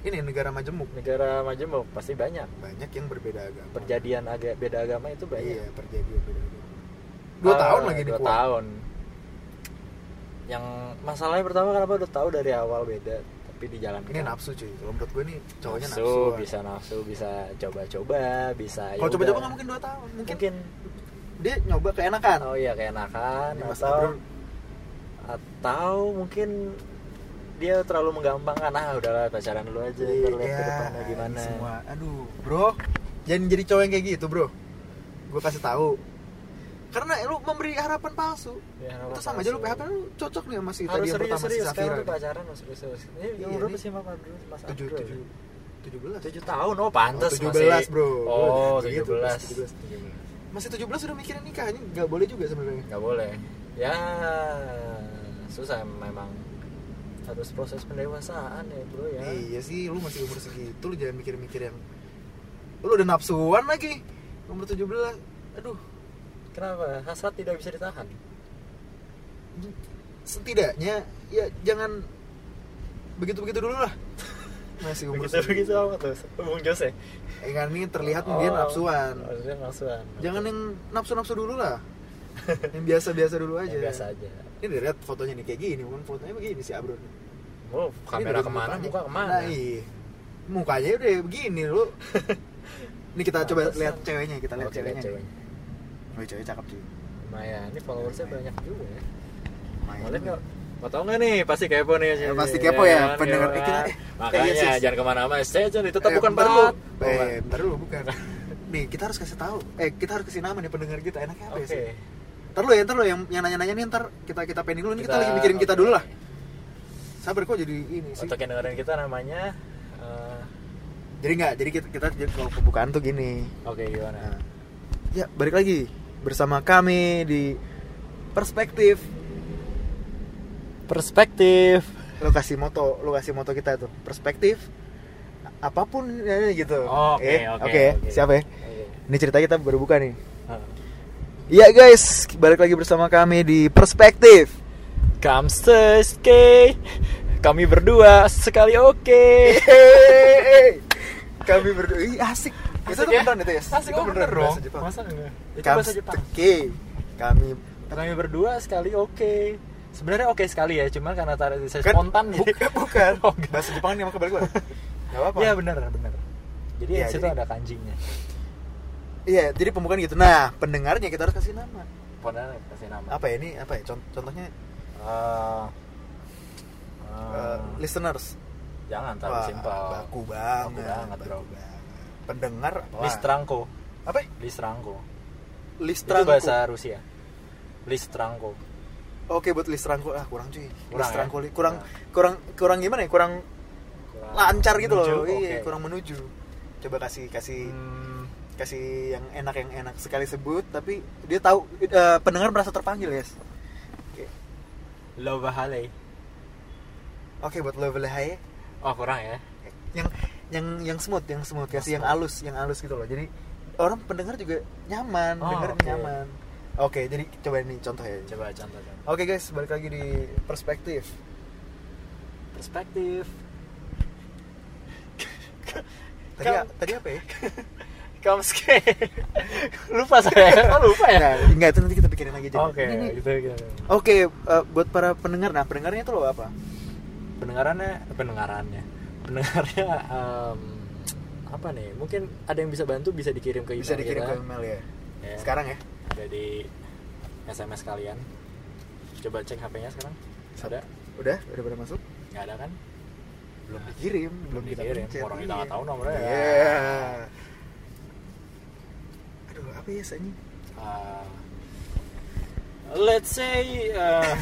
Speaker 2: ini negara majemuk
Speaker 1: Negara majemuk pasti banyak.
Speaker 2: Banyak yang berbeda agama
Speaker 1: Perjadian agak beda agama itu banyak.
Speaker 2: Iya perjadian beda agama
Speaker 1: ya?
Speaker 2: Dua
Speaker 1: Ah,
Speaker 2: tahun lagi nih
Speaker 1: dua
Speaker 2: kuat.
Speaker 1: tahun yang masalahnya pertama kenapa udah tahu dari awal beda tapi di jalan
Speaker 2: Ini nafsu cuy Kalau menurut gue nih cowoknya nafsu,
Speaker 1: nafsu
Speaker 2: lah.
Speaker 1: bisa nafsu bisa coba-coba bisa
Speaker 2: Kalau
Speaker 1: ya
Speaker 2: coba-coba
Speaker 1: udah.
Speaker 2: nggak mungkin dua tahun Mungkin,
Speaker 1: mungkin
Speaker 2: dia nyoba keenakan
Speaker 1: oh iya keenakan
Speaker 2: Ini Mas
Speaker 1: atau
Speaker 2: Abrul.
Speaker 1: atau mungkin dia terlalu menggampangkan ah udahlah pacaran dulu aja ntar lihat ke depannya
Speaker 2: Iya, ini
Speaker 1: gimana
Speaker 2: semua. Aduh, bro, jangan jadi cowok yang kayak gitu, bro. Gue kasih tahu. Karena lu memberi harapan palsu.
Speaker 1: Ya, harapan
Speaker 2: itu sama aja lu
Speaker 1: palsu.
Speaker 2: PHP lu cocok nih sama si
Speaker 1: harus
Speaker 2: tadi yang
Speaker 1: serius
Speaker 2: pertama si
Speaker 1: serius
Speaker 2: Safira. kan?
Speaker 1: sekarang tuh pacaran harus serius serius ini
Speaker 2: Iya,
Speaker 1: umur berapa
Speaker 2: ini.
Speaker 1: sih Mas Abdul Mas
Speaker 2: Tujuh,
Speaker 1: Abdul
Speaker 2: tujuh, tujuh belas.
Speaker 1: tujuh tahun oh pantas
Speaker 2: tujuh
Speaker 1: masih-
Speaker 2: belas, bro.
Speaker 1: oh
Speaker 2: Gua
Speaker 1: tujuh
Speaker 2: gitu,
Speaker 1: belas
Speaker 2: tujuh belas. Masih 17 udah mikirin nikah, ini nggak boleh juga sebenarnya.
Speaker 1: nggak boleh ya susah memang harus proses pendewasaan ya bro ya
Speaker 2: Iya sih, lu masih umur segitu, lu jangan mikir-mikir yang lu udah nafsuan lagi. Umur 17. Aduh,
Speaker 1: kenapa hasrat tidak bisa ditahan
Speaker 2: setidaknya ya jangan begitu begitu dulu lah masih umur
Speaker 1: begitu begitu apa tuh bung Jose
Speaker 2: enggak ini terlihat dia nafsuan
Speaker 1: oh, dia nafsuan Ya,
Speaker 2: jangan yang nafsu nafsu dulu lah yang biasa biasa dulu aja
Speaker 1: Yang biasa aja
Speaker 2: ini dilihat fotonya nih kayak gini bukan fotonya begini si Abrun
Speaker 1: oh kamera kemana muka kemana
Speaker 2: nah, iya. mukanya udah begini lu ini kita coba
Speaker 1: Pantesan.
Speaker 2: lihat ceweknya kita lihat
Speaker 1: Oke, lihat
Speaker 2: ceweknya nih.
Speaker 1: ceweknya.
Speaker 2: Wih, cewek cakep cuy
Speaker 1: lumayan ini followersnya banyak juga ya
Speaker 2: Lumayan.
Speaker 1: boleh nggak mau tau nggak nih pasti kepo nih
Speaker 2: Ya, pasti kepo
Speaker 1: kan?
Speaker 2: ya, pendengar.
Speaker 1: Kepo
Speaker 2: Eh, kita-
Speaker 1: kan?
Speaker 2: eh,
Speaker 1: makanya
Speaker 2: iya sih.
Speaker 1: jangan kemana-mana stay tune itu tetap
Speaker 2: Eh,
Speaker 1: bukan
Speaker 2: bentar
Speaker 1: perlu
Speaker 2: lu. Eh, bentar lu bukan. Nih, kita harus kasih tahu. Eh, kita harus kasih nama nih pendengar kita. Enaknya apa
Speaker 1: oke
Speaker 2: ya sih? Ntar lu ya, ntar lu yang, yang nanya-nanya nih ntar kita kita pending dulu nih kita, lagi mikirin kita
Speaker 1: oke.
Speaker 2: dulu lah. Sabar kok jadi ini sih.
Speaker 1: untuk yang dengerin kita namanya eh,
Speaker 2: Jadi nggak, jadi kita, kita jadi kalau pembukaan tuh gini.
Speaker 1: oke gimana
Speaker 2: Nah, ya balik lagi bersama kami di perspektif.
Speaker 1: perspektif
Speaker 2: Lu kasih moto, lu kasih moto kita tuh perspektif. Apapun ya, gitu.
Speaker 1: Oke,
Speaker 2: Eh,
Speaker 1: oke, Eh, oke.
Speaker 2: siapa ya?
Speaker 1: Oke.
Speaker 2: Ini cerita kita baru buka nih.
Speaker 1: Hah.
Speaker 2: Iya guys, balik lagi bersama kami di Perspektif.
Speaker 1: Kamses ke kami berdua sekali oke
Speaker 2: Hehehe. Kami berdua, Ih, asik. Itu tuh beneran itu ya?
Speaker 1: Asik,
Speaker 2: itu
Speaker 1: oh, bener dong.
Speaker 2: bahasa Jepang.
Speaker 1: Masa enggak? Itu bahasa Jepang.
Speaker 2: Kamsteke. Kami
Speaker 1: Kami berdua sekali oke. Sebenarnya oke sekali ya, cuma karena tadi saya
Speaker 2: Kan-
Speaker 1: spontan jadi.
Speaker 2: bukan, bukan.
Speaker 1: Oh, enggak.
Speaker 2: Bahasa Jepang nih sama kebalik gua. Enggak apa-apa.
Speaker 1: Iya benar, benar. Jadi
Speaker 2: Iya,
Speaker 1: di situ
Speaker 2: jadi-
Speaker 1: ada kanjingnya.
Speaker 2: Iya, jadi pembukaan gitu. Nah, pendengarnya kita harus kasih nama.
Speaker 1: Padahal kasih nama.
Speaker 2: Apa ya ini? Apa ya? Cont- Contohnya
Speaker 1: Eh, eh,
Speaker 2: eh, listeners.
Speaker 1: jangan terlalu
Speaker 2: Wah,
Speaker 1: simpel.
Speaker 2: Baku banget.
Speaker 1: Baku banget, bro.
Speaker 2: banget. Pendengar apa?
Speaker 1: Listranko.
Speaker 2: Apa? ya?
Speaker 1: Listranko.
Speaker 2: Listranko.
Speaker 1: Itu bahasa Rusia. Listranko.
Speaker 2: Oke buat list rangkul ah kurang cuy.
Speaker 1: Kurang,
Speaker 2: list
Speaker 1: ya?
Speaker 2: rangkul kurang kurang kurang gimana ya? Kurang
Speaker 1: Kurang
Speaker 2: lancar gitu loh.
Speaker 1: Nah, menuju,
Speaker 2: Iya,
Speaker 1: oke.
Speaker 2: kurang menuju. Coba kasih kasih
Speaker 1: Hmm,
Speaker 2: kasih yang enak yang enak sekali sebut tapi dia tahu eh, pendengar merasa terpanggil, guys. Oke.
Speaker 1: Lova Hale.
Speaker 2: Oke buat level high
Speaker 1: Oh, kurang ya.
Speaker 2: yang yang yang smooth, yang smooth, kasih yang
Speaker 1: Smooth.
Speaker 2: halus, yang halus gitu loh. Jadi orang pendengar juga nyaman,
Speaker 1: Oh,
Speaker 2: dengar
Speaker 1: oke.
Speaker 2: nyaman. Oke, jadi coba ini contoh ya.
Speaker 1: Coba contoh-contoh.
Speaker 2: Oke guys, balik lagi di perspektif.
Speaker 1: Perspektif.
Speaker 2: Tadi
Speaker 1: Kan-
Speaker 2: tadi apa ya?
Speaker 1: Kamske. lupa saya. Oh, lupa ya.
Speaker 2: Nah, enggak itu nanti kita pikirin lagi aja.
Speaker 1: Oke,
Speaker 2: Ini-
Speaker 1: gitu gitu.
Speaker 2: Oke, eh, buat para pendengar, nah pendengarnya itu lo apa?
Speaker 1: Pendengarannya, pendengarannya, pendengarnya em, apa nih? Mungkin ada yang bisa bantu bisa dikirim ke email
Speaker 2: Bisa dikirim
Speaker 1: kita.
Speaker 2: ke email ya.
Speaker 1: Ya,
Speaker 2: Sekarang ya.
Speaker 1: ada di SMS kalian. Coba cek HP-nya sekarang. Ada?
Speaker 2: Udah, udah pada masuk?
Speaker 1: Nggak ada kan?
Speaker 2: Belum dikirim, belum kita
Speaker 1: dikirim.
Speaker 2: pencet.
Speaker 1: Orang kita nggak
Speaker 2: Iya.
Speaker 1: tahu nomornya. ya.
Speaker 2: Iya. Aduh, apa ya Sanyi?
Speaker 1: Ah, let's say eh,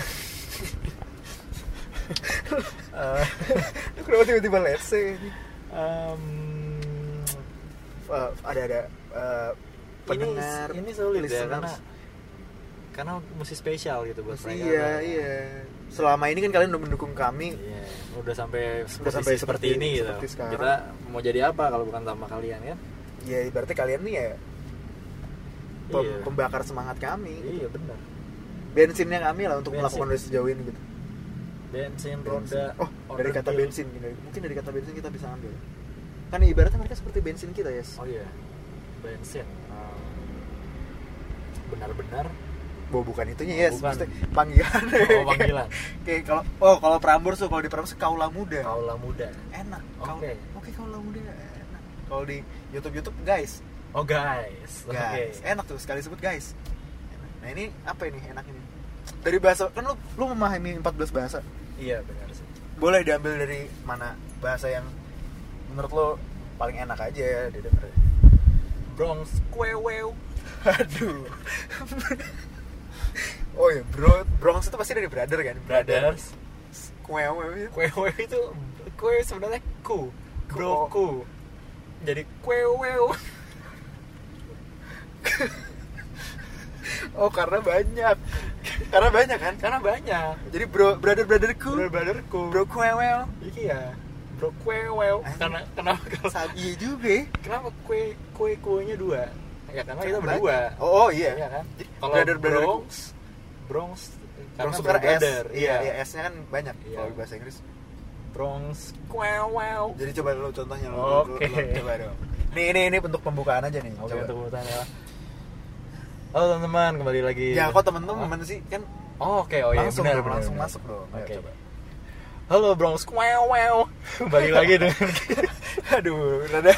Speaker 1: eh,
Speaker 2: Lu kenapa tiba-tiba let's say?
Speaker 1: em,
Speaker 2: Eh, ada ada eh, pendengar
Speaker 1: ini, ini sulit ya
Speaker 2: listeners.
Speaker 1: karena karena mesti spesial gitu buat mereka
Speaker 2: iya iya selama ini kan kalian udah mendukung kami
Speaker 1: Iya, udah sampai udah
Speaker 2: sampai
Speaker 1: sampai seperti
Speaker 2: seperti-
Speaker 1: ini gitu.
Speaker 2: seperti sekarang.
Speaker 1: Kita mau jadi apa kalau bukan sama kalian kan?
Speaker 2: ya berarti kalian nih ya pem-
Speaker 1: Iya.
Speaker 2: pembakar semangat kami
Speaker 1: Iya benar.
Speaker 2: bensinnya kami lah untuk
Speaker 1: Bensin.
Speaker 2: melakukan dari sejauh ini gitu
Speaker 1: Bensin,
Speaker 2: Bensin.
Speaker 1: roda.
Speaker 2: oh dari
Speaker 1: order
Speaker 2: kata
Speaker 1: deal.
Speaker 2: bensin dari- mungkin dari kata bensin kita bisa ambil kan ibaratnya mereka seperti bensin kita ya
Speaker 1: Oh iya. Bensin. Um, Benar-benar.
Speaker 2: oh, bukan itunya ya
Speaker 1: iya. Bukan.
Speaker 2: maksudnya panggilan
Speaker 1: Oh, panggilan.
Speaker 2: kayak kalau oh kalau Prambors tuh kalau di Prambors kaula muda
Speaker 1: Kaula muda.
Speaker 2: enak
Speaker 1: Oh.
Speaker 2: Kau-
Speaker 1: Oke.
Speaker 2: oke kaula muda enak kalau di YouTube YouTube guys
Speaker 1: Oh guys. Oke.
Speaker 2: guys enak tuh sekali sebut guys Enak. nah ini apa ini enak ini dari bahasa kan lu lu memahami 14 bahasa
Speaker 1: Iya benar sih.
Speaker 2: boleh diambil dari mana bahasa yang menurut lo paling enak aja ya didengar
Speaker 1: Bronx kwewew.
Speaker 2: aduh oh ya bro Bronx itu pasti dari brother kan
Speaker 1: Brothers.
Speaker 2: Kwewe.
Speaker 1: Kwewew itu kue sebenarnya ku.
Speaker 2: Ku.
Speaker 1: Bro ku. Jadi kwewew.
Speaker 2: oh karena banyak karena banyak kan
Speaker 1: Karena banyak.
Speaker 2: jadi bro brother brotherku
Speaker 1: Brother-brotherku.
Speaker 2: bro kwewe
Speaker 1: Iya. Bro kwewew.
Speaker 2: Anjing.
Speaker 1: Karena kenapa kalau
Speaker 2: iya juga ya.
Speaker 1: Kenapa kue kue kuenya dua? Ya karena kita
Speaker 2: Banyak.
Speaker 1: berdua.
Speaker 2: oh, oh iya
Speaker 1: Iya kan?
Speaker 2: Jadi,
Speaker 1: Kalau
Speaker 2: brother- brotherku.
Speaker 1: Bronx, Bronx
Speaker 2: Bronx
Speaker 1: karena
Speaker 2: tuh karena S.
Speaker 1: brother,
Speaker 2: Iya,
Speaker 1: Iya.
Speaker 2: iya, S-nya kan banyak
Speaker 1: Iya.
Speaker 2: kalau bahasa Inggris.
Speaker 1: Bronx wow wow.
Speaker 2: Jadi coba dulu contohnya lu.
Speaker 1: Oke.
Speaker 2: lu- lu- coba dong. Nih, ini ini bentuk pembukaan aja nih.
Speaker 1: Oke
Speaker 2: coba.
Speaker 1: untuk urutan ya. Halo teman-teman, kembali lagi.
Speaker 2: Ya, kok temen-temen sih kan
Speaker 1: Oh, oke, oh iya,
Speaker 2: langsung
Speaker 1: benar,
Speaker 2: dong,
Speaker 1: benar,
Speaker 2: langsung
Speaker 1: benar.
Speaker 2: masuk dong. Ayo,
Speaker 1: Oke.
Speaker 2: coba.
Speaker 1: Halo Bronx wow wow. Kembali lagi dengan
Speaker 2: Aduh, rada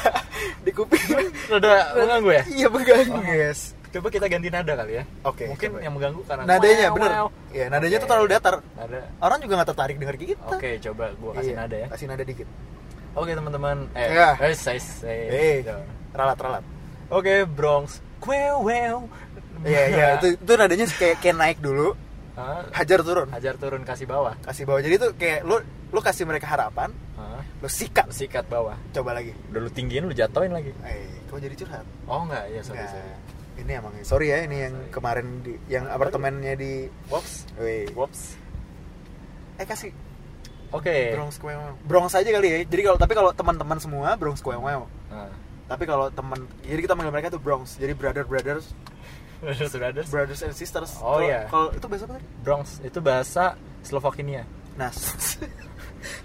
Speaker 2: di kuping.
Speaker 1: Rada mengganggu ya?
Speaker 2: Iya, mengganggu,
Speaker 1: Oh.
Speaker 2: guys.
Speaker 1: coba kita ganti nada kali ya
Speaker 2: Oke,
Speaker 1: mungkin
Speaker 2: coba.
Speaker 1: yang mengganggu karena
Speaker 2: nadanya
Speaker 1: Wow,
Speaker 2: bener
Speaker 1: wow.
Speaker 2: ya nadanya tuh
Speaker 1: Oke.
Speaker 2: terlalu datar
Speaker 1: nada
Speaker 2: orang juga nggak tertarik denger kita
Speaker 1: oke coba gua kasih
Speaker 2: Iya,
Speaker 1: nada ya
Speaker 2: kasih nada dikit
Speaker 1: oke teman-teman eh
Speaker 2: Iya.
Speaker 1: eh saya saya
Speaker 2: eh
Speaker 1: gitu.
Speaker 2: ralat ralat
Speaker 1: oke Bronx Kwew, wew.
Speaker 2: iya iya itu itu nadanya kayak kayak naik dulu
Speaker 1: Hah?
Speaker 2: hajar turun
Speaker 1: hajar turun kasih bawah
Speaker 2: kasih bawah jadi tuh kayak lu lu kasih mereka harapan
Speaker 1: Hah?
Speaker 2: lu sikat
Speaker 1: Lu sikat bawah
Speaker 2: coba lagi
Speaker 1: udah lu tinggiin lu jatoin lagi
Speaker 2: eh kau jadi curhat
Speaker 1: oh enggak ya sorry
Speaker 2: Nggak.
Speaker 1: sorry
Speaker 2: ini emang sorry ya ini yang
Speaker 1: Sorry.
Speaker 2: kemarin di yang
Speaker 1: Aduh.
Speaker 2: apartemennya di
Speaker 1: wops
Speaker 2: Weh.
Speaker 1: wops
Speaker 2: eh kasih
Speaker 1: oke
Speaker 2: Bronx kue Bronx aja kali ya jadi kalau tapi kalau teman-teman semua Bronx kue
Speaker 1: Nah.
Speaker 2: tapi kalau teman ya jadi kita manggil mereka tuh Bronx jadi brother brothers
Speaker 1: sudah ada
Speaker 2: brothers and sisters
Speaker 1: Oh,
Speaker 2: Kalau-
Speaker 1: iya.
Speaker 2: kalau itu bahasa apa tadi
Speaker 1: Bronx itu bahasa Slovakia
Speaker 2: nah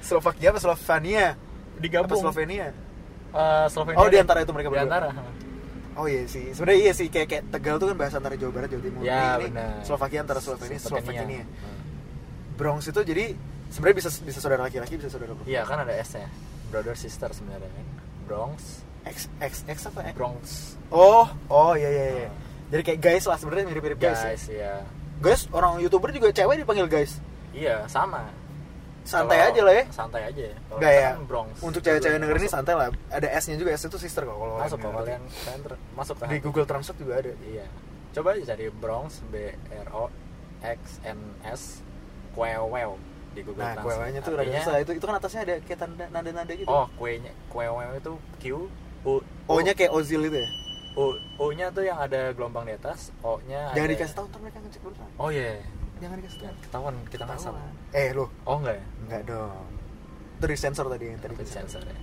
Speaker 2: Slovakia apa Slovenia apa
Speaker 1: digabung
Speaker 2: Slovenia
Speaker 1: Eh, Slovenia
Speaker 2: Oh, di
Speaker 1: dan-
Speaker 2: antara itu mereka
Speaker 1: di
Speaker 2: berdua.
Speaker 1: antara
Speaker 2: oh iya sih sebenarnya iya sih kayak, kayak Tegal tuh kan bahasa antara Jawa Barat Jawa Timur
Speaker 1: ya
Speaker 2: Ini- ini
Speaker 1: benar
Speaker 2: Slovakia antara Slovenia Slovenia
Speaker 1: Hmm.
Speaker 2: Bronx itu jadi sebenarnya bisa bisa saudara laki-laki bisa saudara perempuan
Speaker 1: iya kan ada S nya brother sister sebenarnya kan Bronx
Speaker 2: X X X apa X?
Speaker 1: Bronx
Speaker 2: Oh, oh iya iya iya.
Speaker 1: Ah.
Speaker 2: Jadi kayak guys lah sebenarnya mirip-mirip guys. ya.
Speaker 1: guys ya
Speaker 2: Guys, orang YouTuber juga cewek dipanggil guys.
Speaker 1: iya sama
Speaker 2: Santai
Speaker 1: Kalau-
Speaker 2: aja lah ya.
Speaker 1: santai aja Kalau
Speaker 2: Enggak
Speaker 1: kita
Speaker 2: ya.
Speaker 1: kan Bronx
Speaker 2: Untuk cewek-cewek
Speaker 1: Dua-duanya
Speaker 2: negeri ini
Speaker 1: masuk.
Speaker 2: santai lah. Ada S-nya juga, S itu sister kok kalau
Speaker 1: masuk
Speaker 2: orang
Speaker 1: kalau
Speaker 2: yang
Speaker 1: kalian kalian ter- masuk ke
Speaker 2: Di
Speaker 1: hati.
Speaker 2: Google Translate juga ada.
Speaker 1: iya coba aja cari Bronx B R O X N S Kwewew di Google
Speaker 2: Nah,
Speaker 1: Translate
Speaker 2: kuenya tuh rada
Speaker 1: Artinya-
Speaker 2: susah. Itu itu kan atasnya ada kayak tanda nada-nada gitu.
Speaker 1: oh kuenya Kwewew itu Q U
Speaker 2: O-nya kayak Ozil itu ya.
Speaker 1: O, nya tuh yang ada gelombang di atas, O-nya
Speaker 2: Jangan
Speaker 1: ada...
Speaker 2: dikasih tahu ntar mereka ngecek berulang.
Speaker 1: Ah, iya, Oh iya,
Speaker 2: Jangan dikasih tahu.
Speaker 1: Jangan ketahuan kita ngasal.
Speaker 2: Ketahuan. Eh, lu.
Speaker 1: Oh enggak ya?
Speaker 2: Enggak dong. Itu di sensor tadi yang tadi.
Speaker 1: Tadi sensor ya.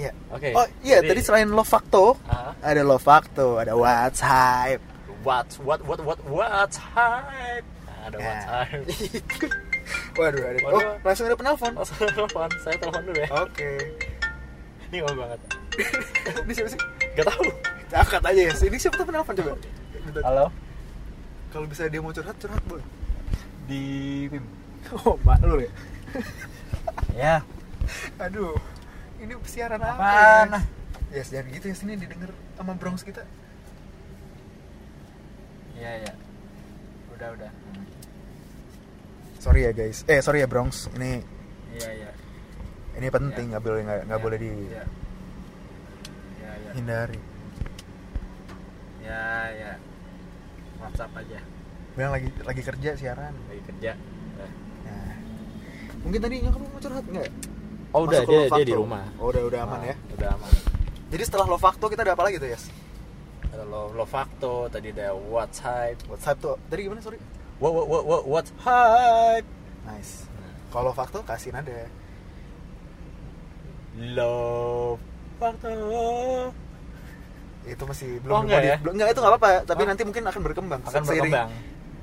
Speaker 2: Iya.
Speaker 1: Oke.
Speaker 2: Oh, iya
Speaker 1: jadi-
Speaker 2: tadi selain Love Facto,
Speaker 1: Ah.
Speaker 2: ada Love Facto, ada WhatsApp.
Speaker 1: What what what what what hype? Nah, ada
Speaker 2: Nah.
Speaker 1: what hype?
Speaker 2: Waduh, ada.
Speaker 1: Waduh.
Speaker 2: Oh, langsung ada penelpon. Oke.
Speaker 1: Langsung telepon, saya telepon dulu ya.
Speaker 2: Oh.
Speaker 1: Ini ngomong banget.
Speaker 2: Ini siapa sih?
Speaker 1: Gak tahu.
Speaker 2: Angkat aja ya. Ini siapa tuh penelpon coba? Bentar.
Speaker 1: Halo.
Speaker 2: Kalau bisa dia mau curhat, curhat boleh.
Speaker 1: Di
Speaker 2: Oh, mak lu ya.
Speaker 1: Ya.
Speaker 2: Aduh. Ini siaran apa?
Speaker 1: Apaan?
Speaker 2: Ya, Yes, jangan gitu ya sini didengar sama Bronx kita.
Speaker 1: Iya iya. Udah udah.
Speaker 2: Sorry ya guys. Eh, sorry ya Bronx. Ini
Speaker 1: Iya iya.
Speaker 2: ini penting nggak boleh nggak nggak
Speaker 1: Iya,
Speaker 2: boleh
Speaker 1: Iya. Iya iya.
Speaker 2: dihindari.
Speaker 1: Iya
Speaker 2: Ya,
Speaker 1: iya. WhatsApp aja.
Speaker 2: Bilang lagi lagi kerja siaran.
Speaker 1: Lagi kerja. Nah.
Speaker 2: Nah. Mungkin tadi nyokap lu mau curhat nggak?
Speaker 1: Oh udah
Speaker 2: Masuk ke
Speaker 1: dia,
Speaker 2: Love
Speaker 1: dia
Speaker 2: Facto.
Speaker 1: di rumah.
Speaker 2: Oh, udah udah aman
Speaker 1: Ah,
Speaker 2: ya.
Speaker 1: Udah aman.
Speaker 2: Jadi setelah Love Facto kita ada apa lagi tuh, Yes?
Speaker 1: Ada lo Lovacto, tadi ada What's Hype.
Speaker 2: WhatsApp tuh. Tadi gimana, sorry?
Speaker 1: What what what what What's Hype?
Speaker 2: Nice. Kalau Love Facto kasih nada.
Speaker 1: Lovacto.
Speaker 2: Itu
Speaker 1: Oh,
Speaker 2: masih belum
Speaker 1: nggak
Speaker 2: belum-
Speaker 1: ya?
Speaker 2: belum- nggak, itu nggak apa-apa, tapi
Speaker 1: Oh.
Speaker 2: nanti mungkin akan berkembang.
Speaker 1: Akan
Speaker 2: Seiring
Speaker 1: berkembang.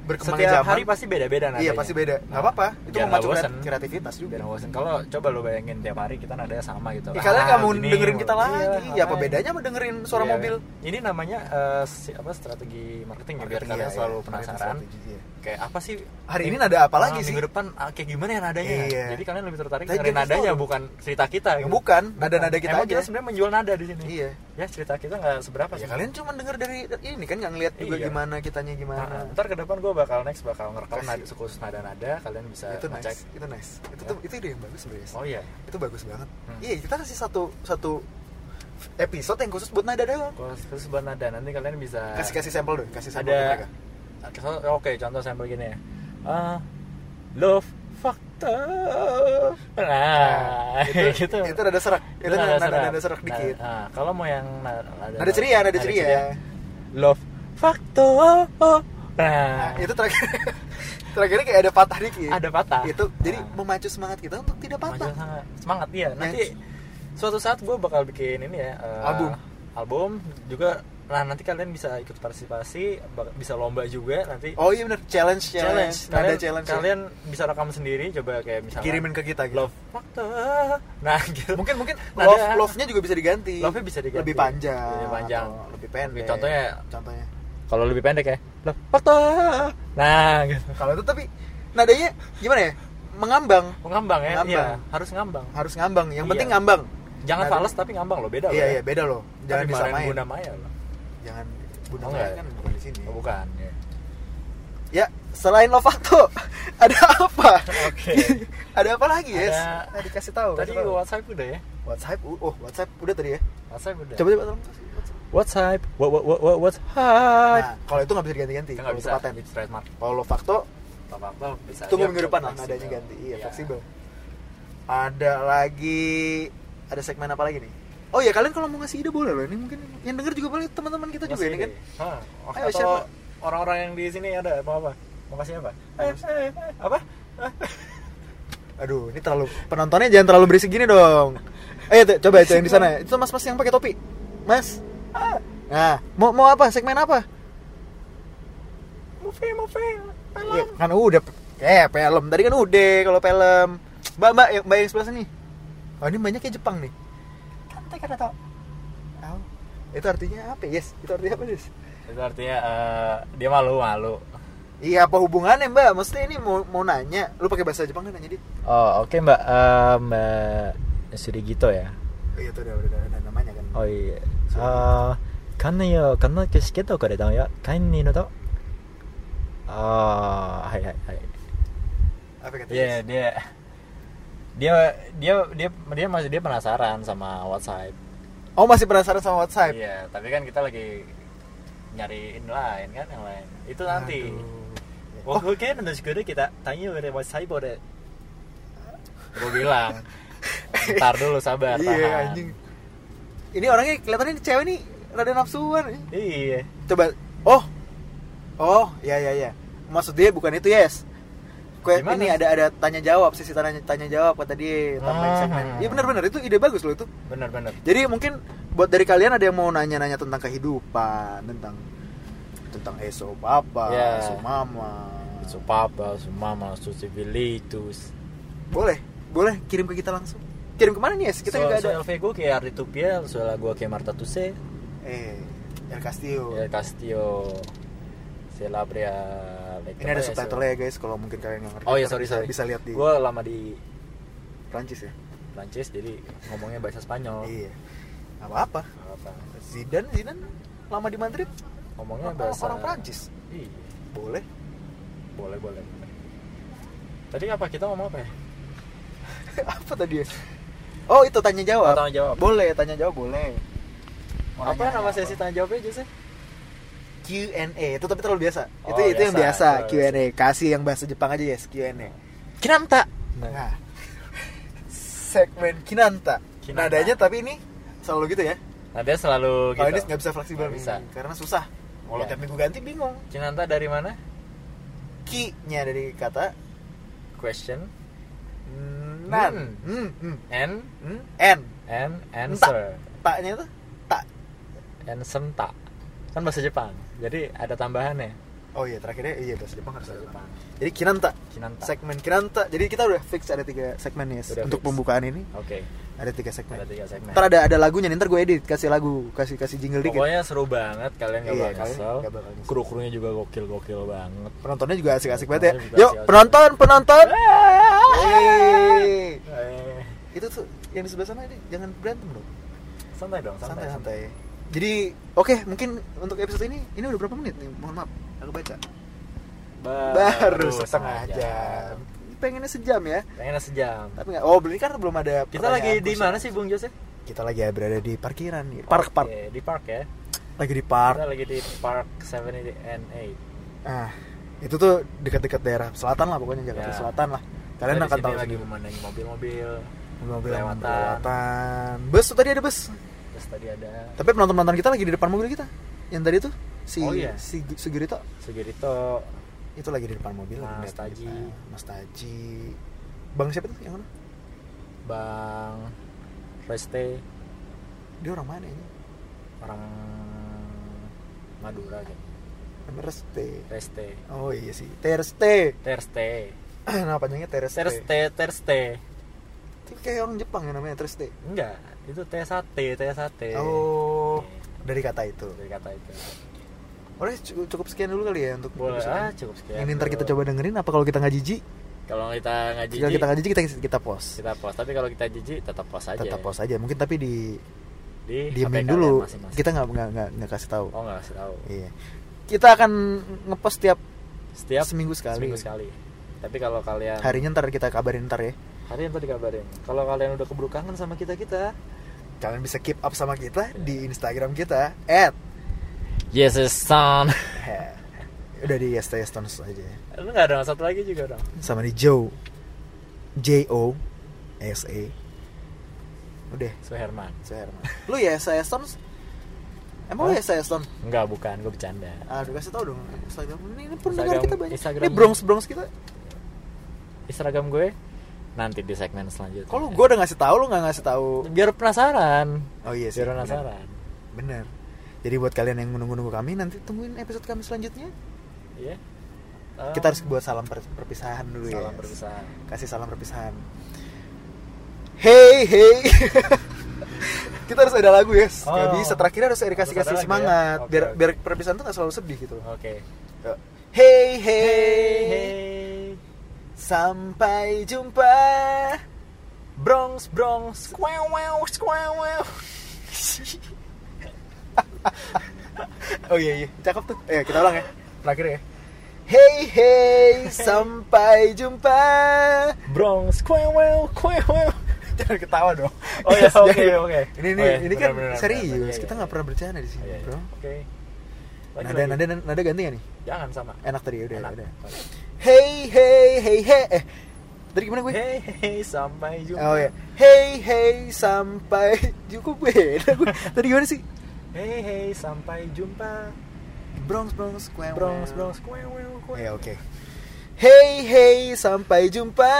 Speaker 2: Berkembangnya
Speaker 1: Setiap
Speaker 2: zaman.
Speaker 1: hari pasti beda-beda
Speaker 2: Iya,
Speaker 1: nadanya.
Speaker 2: pasti beda. Nggak
Speaker 1: Nah,
Speaker 2: apa-apa. Itu
Speaker 1: biar
Speaker 2: memacu
Speaker 1: nggak
Speaker 2: kreat-
Speaker 1: bosen.
Speaker 2: kreativitas juga.
Speaker 1: Biar nggak bosen. Kalau coba lo bayangin tiap hari kita nadanya sama gitu.
Speaker 2: Ya, kalian nggak mau
Speaker 1: gini,
Speaker 2: dengerin kita
Speaker 1: iya,
Speaker 2: lagi. ya apa
Speaker 1: makanya.
Speaker 2: bedanya sama dengerin suara
Speaker 1: Iya,
Speaker 2: mobil?
Speaker 1: kan? Ini namanya eh, si- apa strategi marketing, ya biar
Speaker 2: Marketing,
Speaker 1: kalian
Speaker 2: iya,
Speaker 1: selalu
Speaker 2: iya.
Speaker 1: penasaran.
Speaker 2: Marketing strategi, iya.
Speaker 1: Kayak apa sih?
Speaker 2: Hari ini
Speaker 1: Ming-
Speaker 2: nada apa lagi
Speaker 1: ah,
Speaker 2: sih?
Speaker 1: Minggu depan ah, kayak gimana ya nadanya?
Speaker 2: Iya.
Speaker 1: Jadi kalian lebih tertarik
Speaker 2: Tapi
Speaker 1: dengerin
Speaker 2: kita
Speaker 1: nadanya
Speaker 2: tahu.
Speaker 1: bukan cerita kita.
Speaker 2: Ya,
Speaker 1: gitu.
Speaker 2: bukan, nada-nada kita
Speaker 1: Emang
Speaker 2: aja.
Speaker 1: kita sebenarnya menjual nada di sini.
Speaker 2: Iya.
Speaker 1: Ya cerita kita nggak seberapa
Speaker 2: Ya
Speaker 1: sih. Ah,
Speaker 2: kalian cuma denger dari ini kan nggak ngeliat juga
Speaker 1: Iya.
Speaker 2: gimana kitanya gimana.
Speaker 1: Nah, ntar ke depan gue bakal next bakal ngerekam
Speaker 2: Kasih.
Speaker 1: nada, khusus nada-nada kalian bisa
Speaker 2: itu nice,
Speaker 1: ngecek.
Speaker 2: itu nice. Itu tuh itu ide yang bagus sebenarnya.
Speaker 1: Ya. Oh iya.
Speaker 2: Itu bagus banget.
Speaker 1: Hmm.
Speaker 2: Iya, kita kasih satu satu episode yang khusus buat
Speaker 1: Nah.
Speaker 2: nada doang.
Speaker 1: Khusus buat nada nanti kalian bisa
Speaker 2: Kasih kasih sampel dong, kasih sampel ke
Speaker 1: ada
Speaker 2: mereka.
Speaker 1: Contoh- oke contoh sampel gini ya Ah, love factor nah
Speaker 2: itu,
Speaker 1: gitu
Speaker 2: itu rada serak. Itu, nada, nada, nada serak dikit.
Speaker 1: Nah, ah, kalau mau yang na- nada,
Speaker 2: Nada ceria, nada ceria.
Speaker 1: love factor
Speaker 2: Nah,
Speaker 1: nah,
Speaker 2: itu terakhir terakhirnya kayak ada patah dikit.
Speaker 1: ada patah
Speaker 2: Itu jadi
Speaker 1: Nah.
Speaker 2: memacu semangat kita untuk tidak patah.
Speaker 1: Maju sangat- semangat ya
Speaker 2: Iya.
Speaker 1: nanti
Speaker 2: Yes.
Speaker 1: suatu saat gue bakal bikin ini ya eh,
Speaker 2: Album.
Speaker 1: album juga nah nanti kalian bisa ikut partisipasi bak- bisa lomba juga nanti
Speaker 2: Oh iya benar, challenge challenge.
Speaker 1: kalian,
Speaker 2: Nada challenge.
Speaker 1: kalian bisa rekam sendiri coba kayak misalnya
Speaker 2: kirimin ke kita gitu.
Speaker 1: love factor nah gitu
Speaker 2: Mungkin mungkin
Speaker 1: Nada.
Speaker 2: love love-nya juga bisa diganti.
Speaker 1: Love-nya bisa diganti.
Speaker 2: Lebih panjang.
Speaker 1: Lebih panjang.
Speaker 2: atau lebih pendek.
Speaker 1: Contohnya-
Speaker 2: contohnya.
Speaker 1: kalau lebih pendek ya love factor nah gitu
Speaker 2: Kalau itu tapi nadanya gimana ya? Mengambang.
Speaker 1: ngambang ya
Speaker 2: Ngambang.
Speaker 1: Iya, harus ngambang
Speaker 2: Harus ngambang. Yang
Speaker 1: Iya.
Speaker 2: penting ngambang.
Speaker 1: jangan
Speaker 2: Nada-
Speaker 1: fals tapi ngambang loh beda
Speaker 2: Iya
Speaker 1: loh
Speaker 2: iya beda loh. Jangan
Speaker 1: Tapi
Speaker 2: disamain.
Speaker 1: Maren Guna Maya loh
Speaker 2: Jangan Bunda
Speaker 1: Oh,
Speaker 2: Maya
Speaker 1: enggak.
Speaker 2: kan bukan di sini.
Speaker 1: Oh, bukan ya.
Speaker 2: Iya. Ya, selain Lovato, ada apa?
Speaker 1: Oke.
Speaker 2: ada apa lagi, Yes?
Speaker 1: Ada-
Speaker 2: Nah, dikasih tahu.
Speaker 1: Tadi
Speaker 2: kasih tahu.
Speaker 1: WhatsApp udah ya?
Speaker 2: WhatsApp, u- oh WhatsApp udah tadi ya.
Speaker 1: WhatsApp udah.
Speaker 2: Coba coba tolong kasih WhatsApp.
Speaker 1: WhatsApp. What what what what WhatsApp.
Speaker 2: Nah, kalau itu nggak bisa diganti-ganti.
Speaker 1: Kita nggak
Speaker 2: Kalau
Speaker 1: bisa
Speaker 2: itu paten.
Speaker 1: It's trademark.
Speaker 2: Kalau Lovato,
Speaker 1: Apa-apa bisa.
Speaker 2: tunggu
Speaker 1: aja
Speaker 2: minggu depan lah
Speaker 1: fleksibel.
Speaker 2: nadanya ganti. Iya, fleksibel. Ada lagi, ada segmen apa lagi nih? Oh ya kalian kalau mau ngasih ide boleh loh. Ini mungkin yang denger juga boleh teman-teman kita juga
Speaker 1: Masih
Speaker 2: ini kan.
Speaker 1: ide. Hah, oke,
Speaker 2: Ayo,
Speaker 1: atau
Speaker 2: siapa?
Speaker 1: orang-orang yang di sini ada mau apa? Mau kasih apa? Eh, eh, eh, apa?
Speaker 2: Aduh, ini terlalu penontonnya jangan terlalu berisik gini dong. Eh, itu, coba itu yang di sana. ya. Itu mas-mas yang pakai topi. Mas.
Speaker 1: Ah.
Speaker 2: Nah, mau mau apa? Segmen apa?
Speaker 1: Movie, movie, film.
Speaker 2: Ya, kan udah eh film. Tadi kan udah kalau film. Mbak, Mbak, yang- Mbak yang sebelah sini. Oh, ini banyaknya Jepang nih.
Speaker 1: Kantai kan atau?
Speaker 2: Oh, itu artinya apa, Yes? Itu artinya apa, Yes?
Speaker 1: Itu artinya eh, dia malu malu.
Speaker 2: Iya, apa hubungannya, Mbak? Maksudnya ini mau mau nanya. Lu pakai bahasa Jepang kan nanya, Dit?
Speaker 1: Oh oke mbak Eh, mbak Surigito ya.
Speaker 2: Oh, Iya, tuh udah udah, udah, namanya kan.
Speaker 1: おい、あ
Speaker 2: So-
Speaker 1: ー、かんないよ、かんなきゃしけとかでだよ、かんにのと。ああ、はいはいはい。
Speaker 2: Apa kata
Speaker 1: Iya,
Speaker 2: Yes?
Speaker 1: dia dia dia dia dia masih dia penasaran sama WhatsApp.
Speaker 2: Oh, masih penasaran sama WhatsApp?
Speaker 1: Iya, tapi kan kita lagi nyari yang lain kan yang lain. Itu nanti.
Speaker 2: Aduh.
Speaker 1: Oh, oke, nanti segera kita tanya dari WhatsApp boleh. Gue bilang, ntar dulu sabar, tahan.
Speaker 2: Iya anjing. Ini orangnya kelihatannya ini cewek nih rada nafsuan.
Speaker 1: Iya.
Speaker 2: Coba oh. Oh, ya ya ya. Maksud dia bukan itu, Yes. Kue
Speaker 1: Gimana?
Speaker 2: ini ada ada tanya jawab sisi tanya tanya jawab kata dia tambahin
Speaker 1: Ah.
Speaker 2: segmen. Iya benar benar itu ide bagus loh itu.
Speaker 1: Bener bener.
Speaker 2: Jadi mungkin buat dari kalian ada yang mau nanya-nanya tentang kehidupan, tentang tentang eso papa,
Speaker 1: Ya.
Speaker 2: eso mama.
Speaker 1: Su papa, su uh, mama, su civilitus.
Speaker 2: Boleh, boleh kirim ke kita langsung. Kirim kemana nih, Yes? Kita
Speaker 1: so,
Speaker 2: juga
Speaker 1: so
Speaker 2: ada.
Speaker 1: LV gue kayak Ardi Tupia, soalnya gue kayak Marta Tuse,
Speaker 2: Eh, El Castillo.
Speaker 1: El Castillo, Celabria.
Speaker 2: Ini ada subtitle ya guys, kalau mungkin kalian nggak ngerti.
Speaker 1: Oh ya
Speaker 2: Ntar
Speaker 1: sorry
Speaker 2: bisa,
Speaker 1: sorry.
Speaker 2: Bisa lihat di
Speaker 1: Gue lama di
Speaker 2: Prancis ya.
Speaker 1: Prancis jadi ngomongnya bahasa Spanyol.
Speaker 2: Iya. Nggak Apa-apa.
Speaker 1: Apa?
Speaker 2: Zidane, Zidane lama di Madrid.
Speaker 1: Ngomongnya
Speaker 2: Orang-
Speaker 1: bahasa
Speaker 2: orang Prancis.
Speaker 1: Iya.
Speaker 2: Boleh.
Speaker 1: Boleh boleh. Tadi apa kita ngomong apa ya?
Speaker 2: apa tadi ya? Oh itu tanya jawab.
Speaker 1: Oh, tanya jawab.
Speaker 2: Boleh tanya jawab boleh. Mau
Speaker 1: apa
Speaker 2: nanya-nanya
Speaker 1: nama
Speaker 2: apa?
Speaker 1: sesi tanya jawabnya aja sih?
Speaker 2: Q&A itu tapi terlalu biasa.
Speaker 1: Oh,
Speaker 2: itu itu yang
Speaker 1: biasa,
Speaker 2: biasa
Speaker 1: terlalu
Speaker 2: Q&A. Kasih yang bahasa Jepang aja ya yes, Q&A.
Speaker 1: Kinamta. Nah.
Speaker 2: Nah. segmen Kinanta.
Speaker 1: Kinanta.
Speaker 2: Nadanya tapi ini selalu gitu ya.
Speaker 1: Nah, dia selalu gitu.
Speaker 2: Kalau Oh, ini nggak bisa fleksibel
Speaker 1: Nggak bisa.
Speaker 2: Hmm, karena susah. Kalau
Speaker 1: Iya.
Speaker 2: tiap minggu ganti bingung.
Speaker 1: Kinanta dari mana?
Speaker 2: ki-nya dari kata
Speaker 1: Question
Speaker 2: nan.
Speaker 1: Hmm.
Speaker 2: Hmm. Hmm.
Speaker 1: and
Speaker 2: Hmm. N.
Speaker 1: and answer.
Speaker 2: Taknya itu tak.
Speaker 1: dan senta kan bahasa Jepang jadi ada tambahannya
Speaker 2: Oh iya terakhirnya iya bahasa Jepang harus ada
Speaker 1: Jepang.
Speaker 2: tak. Jadi kinanta.
Speaker 1: kinanta
Speaker 2: Segmen kinanta. Jadi kita udah fix ada tiga segmen nih
Speaker 1: Udah
Speaker 2: untuk
Speaker 1: fix.
Speaker 2: pembukaan ini
Speaker 1: oke
Speaker 2: ada tiga segmen.
Speaker 1: ada tiga segmen
Speaker 2: Ntar ada ada lagunya nih, ntar gue edit kasih lagu kasih kasih jingle dikit.
Speaker 1: pokoknya seru banget kalian gak
Speaker 2: Iya,
Speaker 1: bakal
Speaker 2: kalian
Speaker 1: nyesel
Speaker 2: nggak bakal nyesel.
Speaker 1: kru krunya juga gokil gokil banget
Speaker 2: Penontonnya juga asik-asik banget
Speaker 1: Penontonnya juga
Speaker 2: ya. Yuk
Speaker 1: asik-asik.
Speaker 2: penonton penonton. Yeay.
Speaker 1: Eh,
Speaker 2: Itu tuh yang di sebelah sana ini jangan berantem dong.
Speaker 1: santai dong santai,
Speaker 2: santai-santai. Jadi oke mungkin untuk episode ini ini udah berapa menit nih? Mohon maaf aku baca. Baru setengah jam. Pengennya sejam ya,
Speaker 1: pengen sejam
Speaker 2: tapi nggak. Oh beli kan belum ada.
Speaker 1: kita lagi
Speaker 2: pertanyaan
Speaker 1: di
Speaker 2: khusus.
Speaker 1: mana sih Bung Jose?
Speaker 2: Kita lagi berada di parkiran nih. Park park.
Speaker 1: Oke, di park ya.
Speaker 2: Lagi di park.
Speaker 1: Kita lagi di Park 70 and 8.
Speaker 2: Ah itu tuh dekat-dekat daerah selatan lah pokoknya Jakarta
Speaker 1: Ya.
Speaker 2: Selatan lah. Kalian
Speaker 1: Kita di
Speaker 2: akan
Speaker 1: sini
Speaker 2: tahu
Speaker 1: lagi
Speaker 2: lagi
Speaker 1: memandangi mobil-mobil.
Speaker 2: mobil yang
Speaker 1: Kelewatan.
Speaker 2: berlewatan. Bus tuh tadi ada bus.
Speaker 1: Terus tadi ada
Speaker 2: Tapi penonton penonton kita lagi di depan mobil kita. Yang tadi tuh si
Speaker 1: Oh, iya.
Speaker 2: si Sugirito
Speaker 1: Sugirito
Speaker 2: itu lagi di depan mobil lagi
Speaker 1: Mas
Speaker 2: ngeliatin
Speaker 1: Taji.
Speaker 2: kita. Mas Taji Bang siapa tuh yang mana?
Speaker 1: Bang Reste
Speaker 2: Dia orang mana ini?
Speaker 1: orang Madura gitu.
Speaker 2: Namanya Reste
Speaker 1: Reste
Speaker 2: Oh iya sih Terste
Speaker 1: Terste
Speaker 2: Nama panjangnya Terste
Speaker 1: Terste Terste
Speaker 2: Itu kayak orang Jepang yang namanya Terste
Speaker 1: enggak itu teh sate teh sate
Speaker 2: Oh
Speaker 1: Oke.
Speaker 2: Dari kata itu
Speaker 1: dari kata itu
Speaker 2: Oke cukup, cukup sekian dulu kali ya untuk
Speaker 1: boleh
Speaker 2: episode
Speaker 1: ah
Speaker 2: ini.
Speaker 1: cukup sekian
Speaker 2: Ini ntar
Speaker 1: dulu.
Speaker 2: kita coba dengerin apa kalau kita nggak jijik
Speaker 1: kalau kita nggak
Speaker 2: Kalau
Speaker 1: jijik
Speaker 2: kita
Speaker 1: kita,
Speaker 2: nggak jijik kita kita post
Speaker 1: post tapi kalau kita jijik tetap post aja
Speaker 2: Tetap post aja Mungkin tapi di
Speaker 1: di
Speaker 2: diemin
Speaker 1: HP
Speaker 2: dulu
Speaker 1: kalian masing-masing.
Speaker 2: kita nggak nggak nggak- nggak kasih tahu
Speaker 1: oh nggak kasih tahu
Speaker 2: iya kita akan ngepost tiap
Speaker 1: setiap
Speaker 2: seminggu sekali.
Speaker 1: seminggu sekali tapi kalau kalian
Speaker 2: harinya ntar kita kabarin ntar ya
Speaker 1: hari yang tadi kabarin kalau kalian udah keburu kangen sama kita kita
Speaker 2: kalian bisa keep up sama kita
Speaker 1: Iya.
Speaker 2: di Instagram kita at
Speaker 1: yes it's son
Speaker 2: udah di STS Stones aja ya.
Speaker 1: lu nggak ada satu lagi juga dong
Speaker 2: sama di Joe J O S A udah
Speaker 1: Suherman
Speaker 2: saya Herman. lu ya STS Stones emang
Speaker 1: Hah?
Speaker 2: lu ya STS Stones
Speaker 1: Enggak bukan gue bercanda
Speaker 2: aduh kasih tau dong Instagram ini, ini pendengar
Speaker 1: Instagram-
Speaker 2: kita banyak
Speaker 1: Instagram-
Speaker 2: ini brongs brongs kita
Speaker 1: Instagram gue nanti di segmen selanjutnya
Speaker 2: kalau gue udah ngasih tahu lu nggak ngasih tahu
Speaker 1: biar penasaran
Speaker 2: oh iya sih
Speaker 1: biar
Speaker 2: bener.
Speaker 1: penasaran
Speaker 2: bener jadi buat kalian yang menunggu-nunggu kami nanti tungguin episode kami selanjutnya
Speaker 1: Iya. Oh.
Speaker 2: kita harus buat salam per- perpisahan dulu ya
Speaker 1: salam berpisah
Speaker 2: kasih salam perpisahan hey hey kita harus ada lagu ya
Speaker 1: Oh.
Speaker 2: Gak bisa terakhir harus ada kasih
Speaker 1: Harus ada
Speaker 2: kasih
Speaker 1: lagu ya?
Speaker 2: semangat
Speaker 1: Oke,
Speaker 2: biar
Speaker 1: oke.
Speaker 2: biar perpisahan tuh gak selalu sedih gitu loh
Speaker 1: oke hey
Speaker 2: hey hey,
Speaker 1: hey
Speaker 2: sampai jumpa
Speaker 1: brongs brongs wow wow wow wow
Speaker 2: oh iya iya cakep tuh eh kita ulang ya terakhir ya hey hey sampai jumpa
Speaker 1: brongs wow wow wow wow
Speaker 2: jangan ketawa dong
Speaker 1: Oh iya,
Speaker 2: Yes, jangan.
Speaker 1: oke, oke.
Speaker 2: ini ini
Speaker 1: Oh iya,
Speaker 2: ini kan
Speaker 1: benar, benar,
Speaker 2: serius
Speaker 1: benar. Iya,
Speaker 2: kita
Speaker 1: iya.
Speaker 2: nggak pernah bercanda di sini bro
Speaker 1: oke Lagi,
Speaker 2: nada
Speaker 1: lagi.
Speaker 2: nada nada ganti ya nih
Speaker 1: jangan sama
Speaker 2: enak tadi udah
Speaker 1: Enak.
Speaker 2: udah Hey hey hey hey eh tadi gimana gue?
Speaker 1: hey hey sampai jumpa
Speaker 2: Oh ya. Hey hey sampai cukup beda gue. Tadi gimana sih?
Speaker 1: hey hey sampai jumpa
Speaker 2: Bronx Bronx Square.
Speaker 1: brongs brongs wow wow wow
Speaker 2: Ya oke. Hey hey sampai jumpa.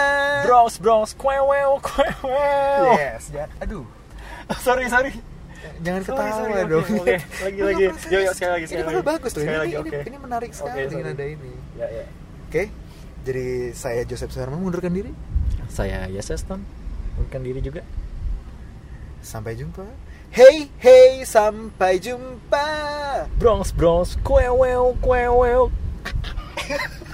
Speaker 1: brongs brongs wow wow wow
Speaker 2: Yes. Ya. Aduh.
Speaker 1: sorry sorry
Speaker 2: Jangan
Speaker 1: Sorry,
Speaker 2: ketawa
Speaker 1: sorry, oke,
Speaker 2: dong.
Speaker 1: oke. Lagi,
Speaker 2: Lu
Speaker 1: lagi.
Speaker 2: nggak
Speaker 1: Yuk,
Speaker 2: pernah
Speaker 1: yuk,
Speaker 2: serius.
Speaker 1: sekali lagi, sekali
Speaker 2: Ini malah
Speaker 1: lagi.
Speaker 2: bagus loh.
Speaker 1: Sekali
Speaker 2: Ini,
Speaker 1: lagi,
Speaker 2: ini,
Speaker 1: oke.
Speaker 2: ini menarik
Speaker 1: Oke,
Speaker 2: sekali
Speaker 1: sorry.
Speaker 2: nada ini.
Speaker 1: ya ya
Speaker 2: Oke. Jadi saya Joseph Suherman mundurkan diri.
Speaker 1: saya Yeseston bukan diri juga
Speaker 2: Sampai jumpa. Hey hey sampai jumpa.
Speaker 1: brongs brongs wow wow wow wow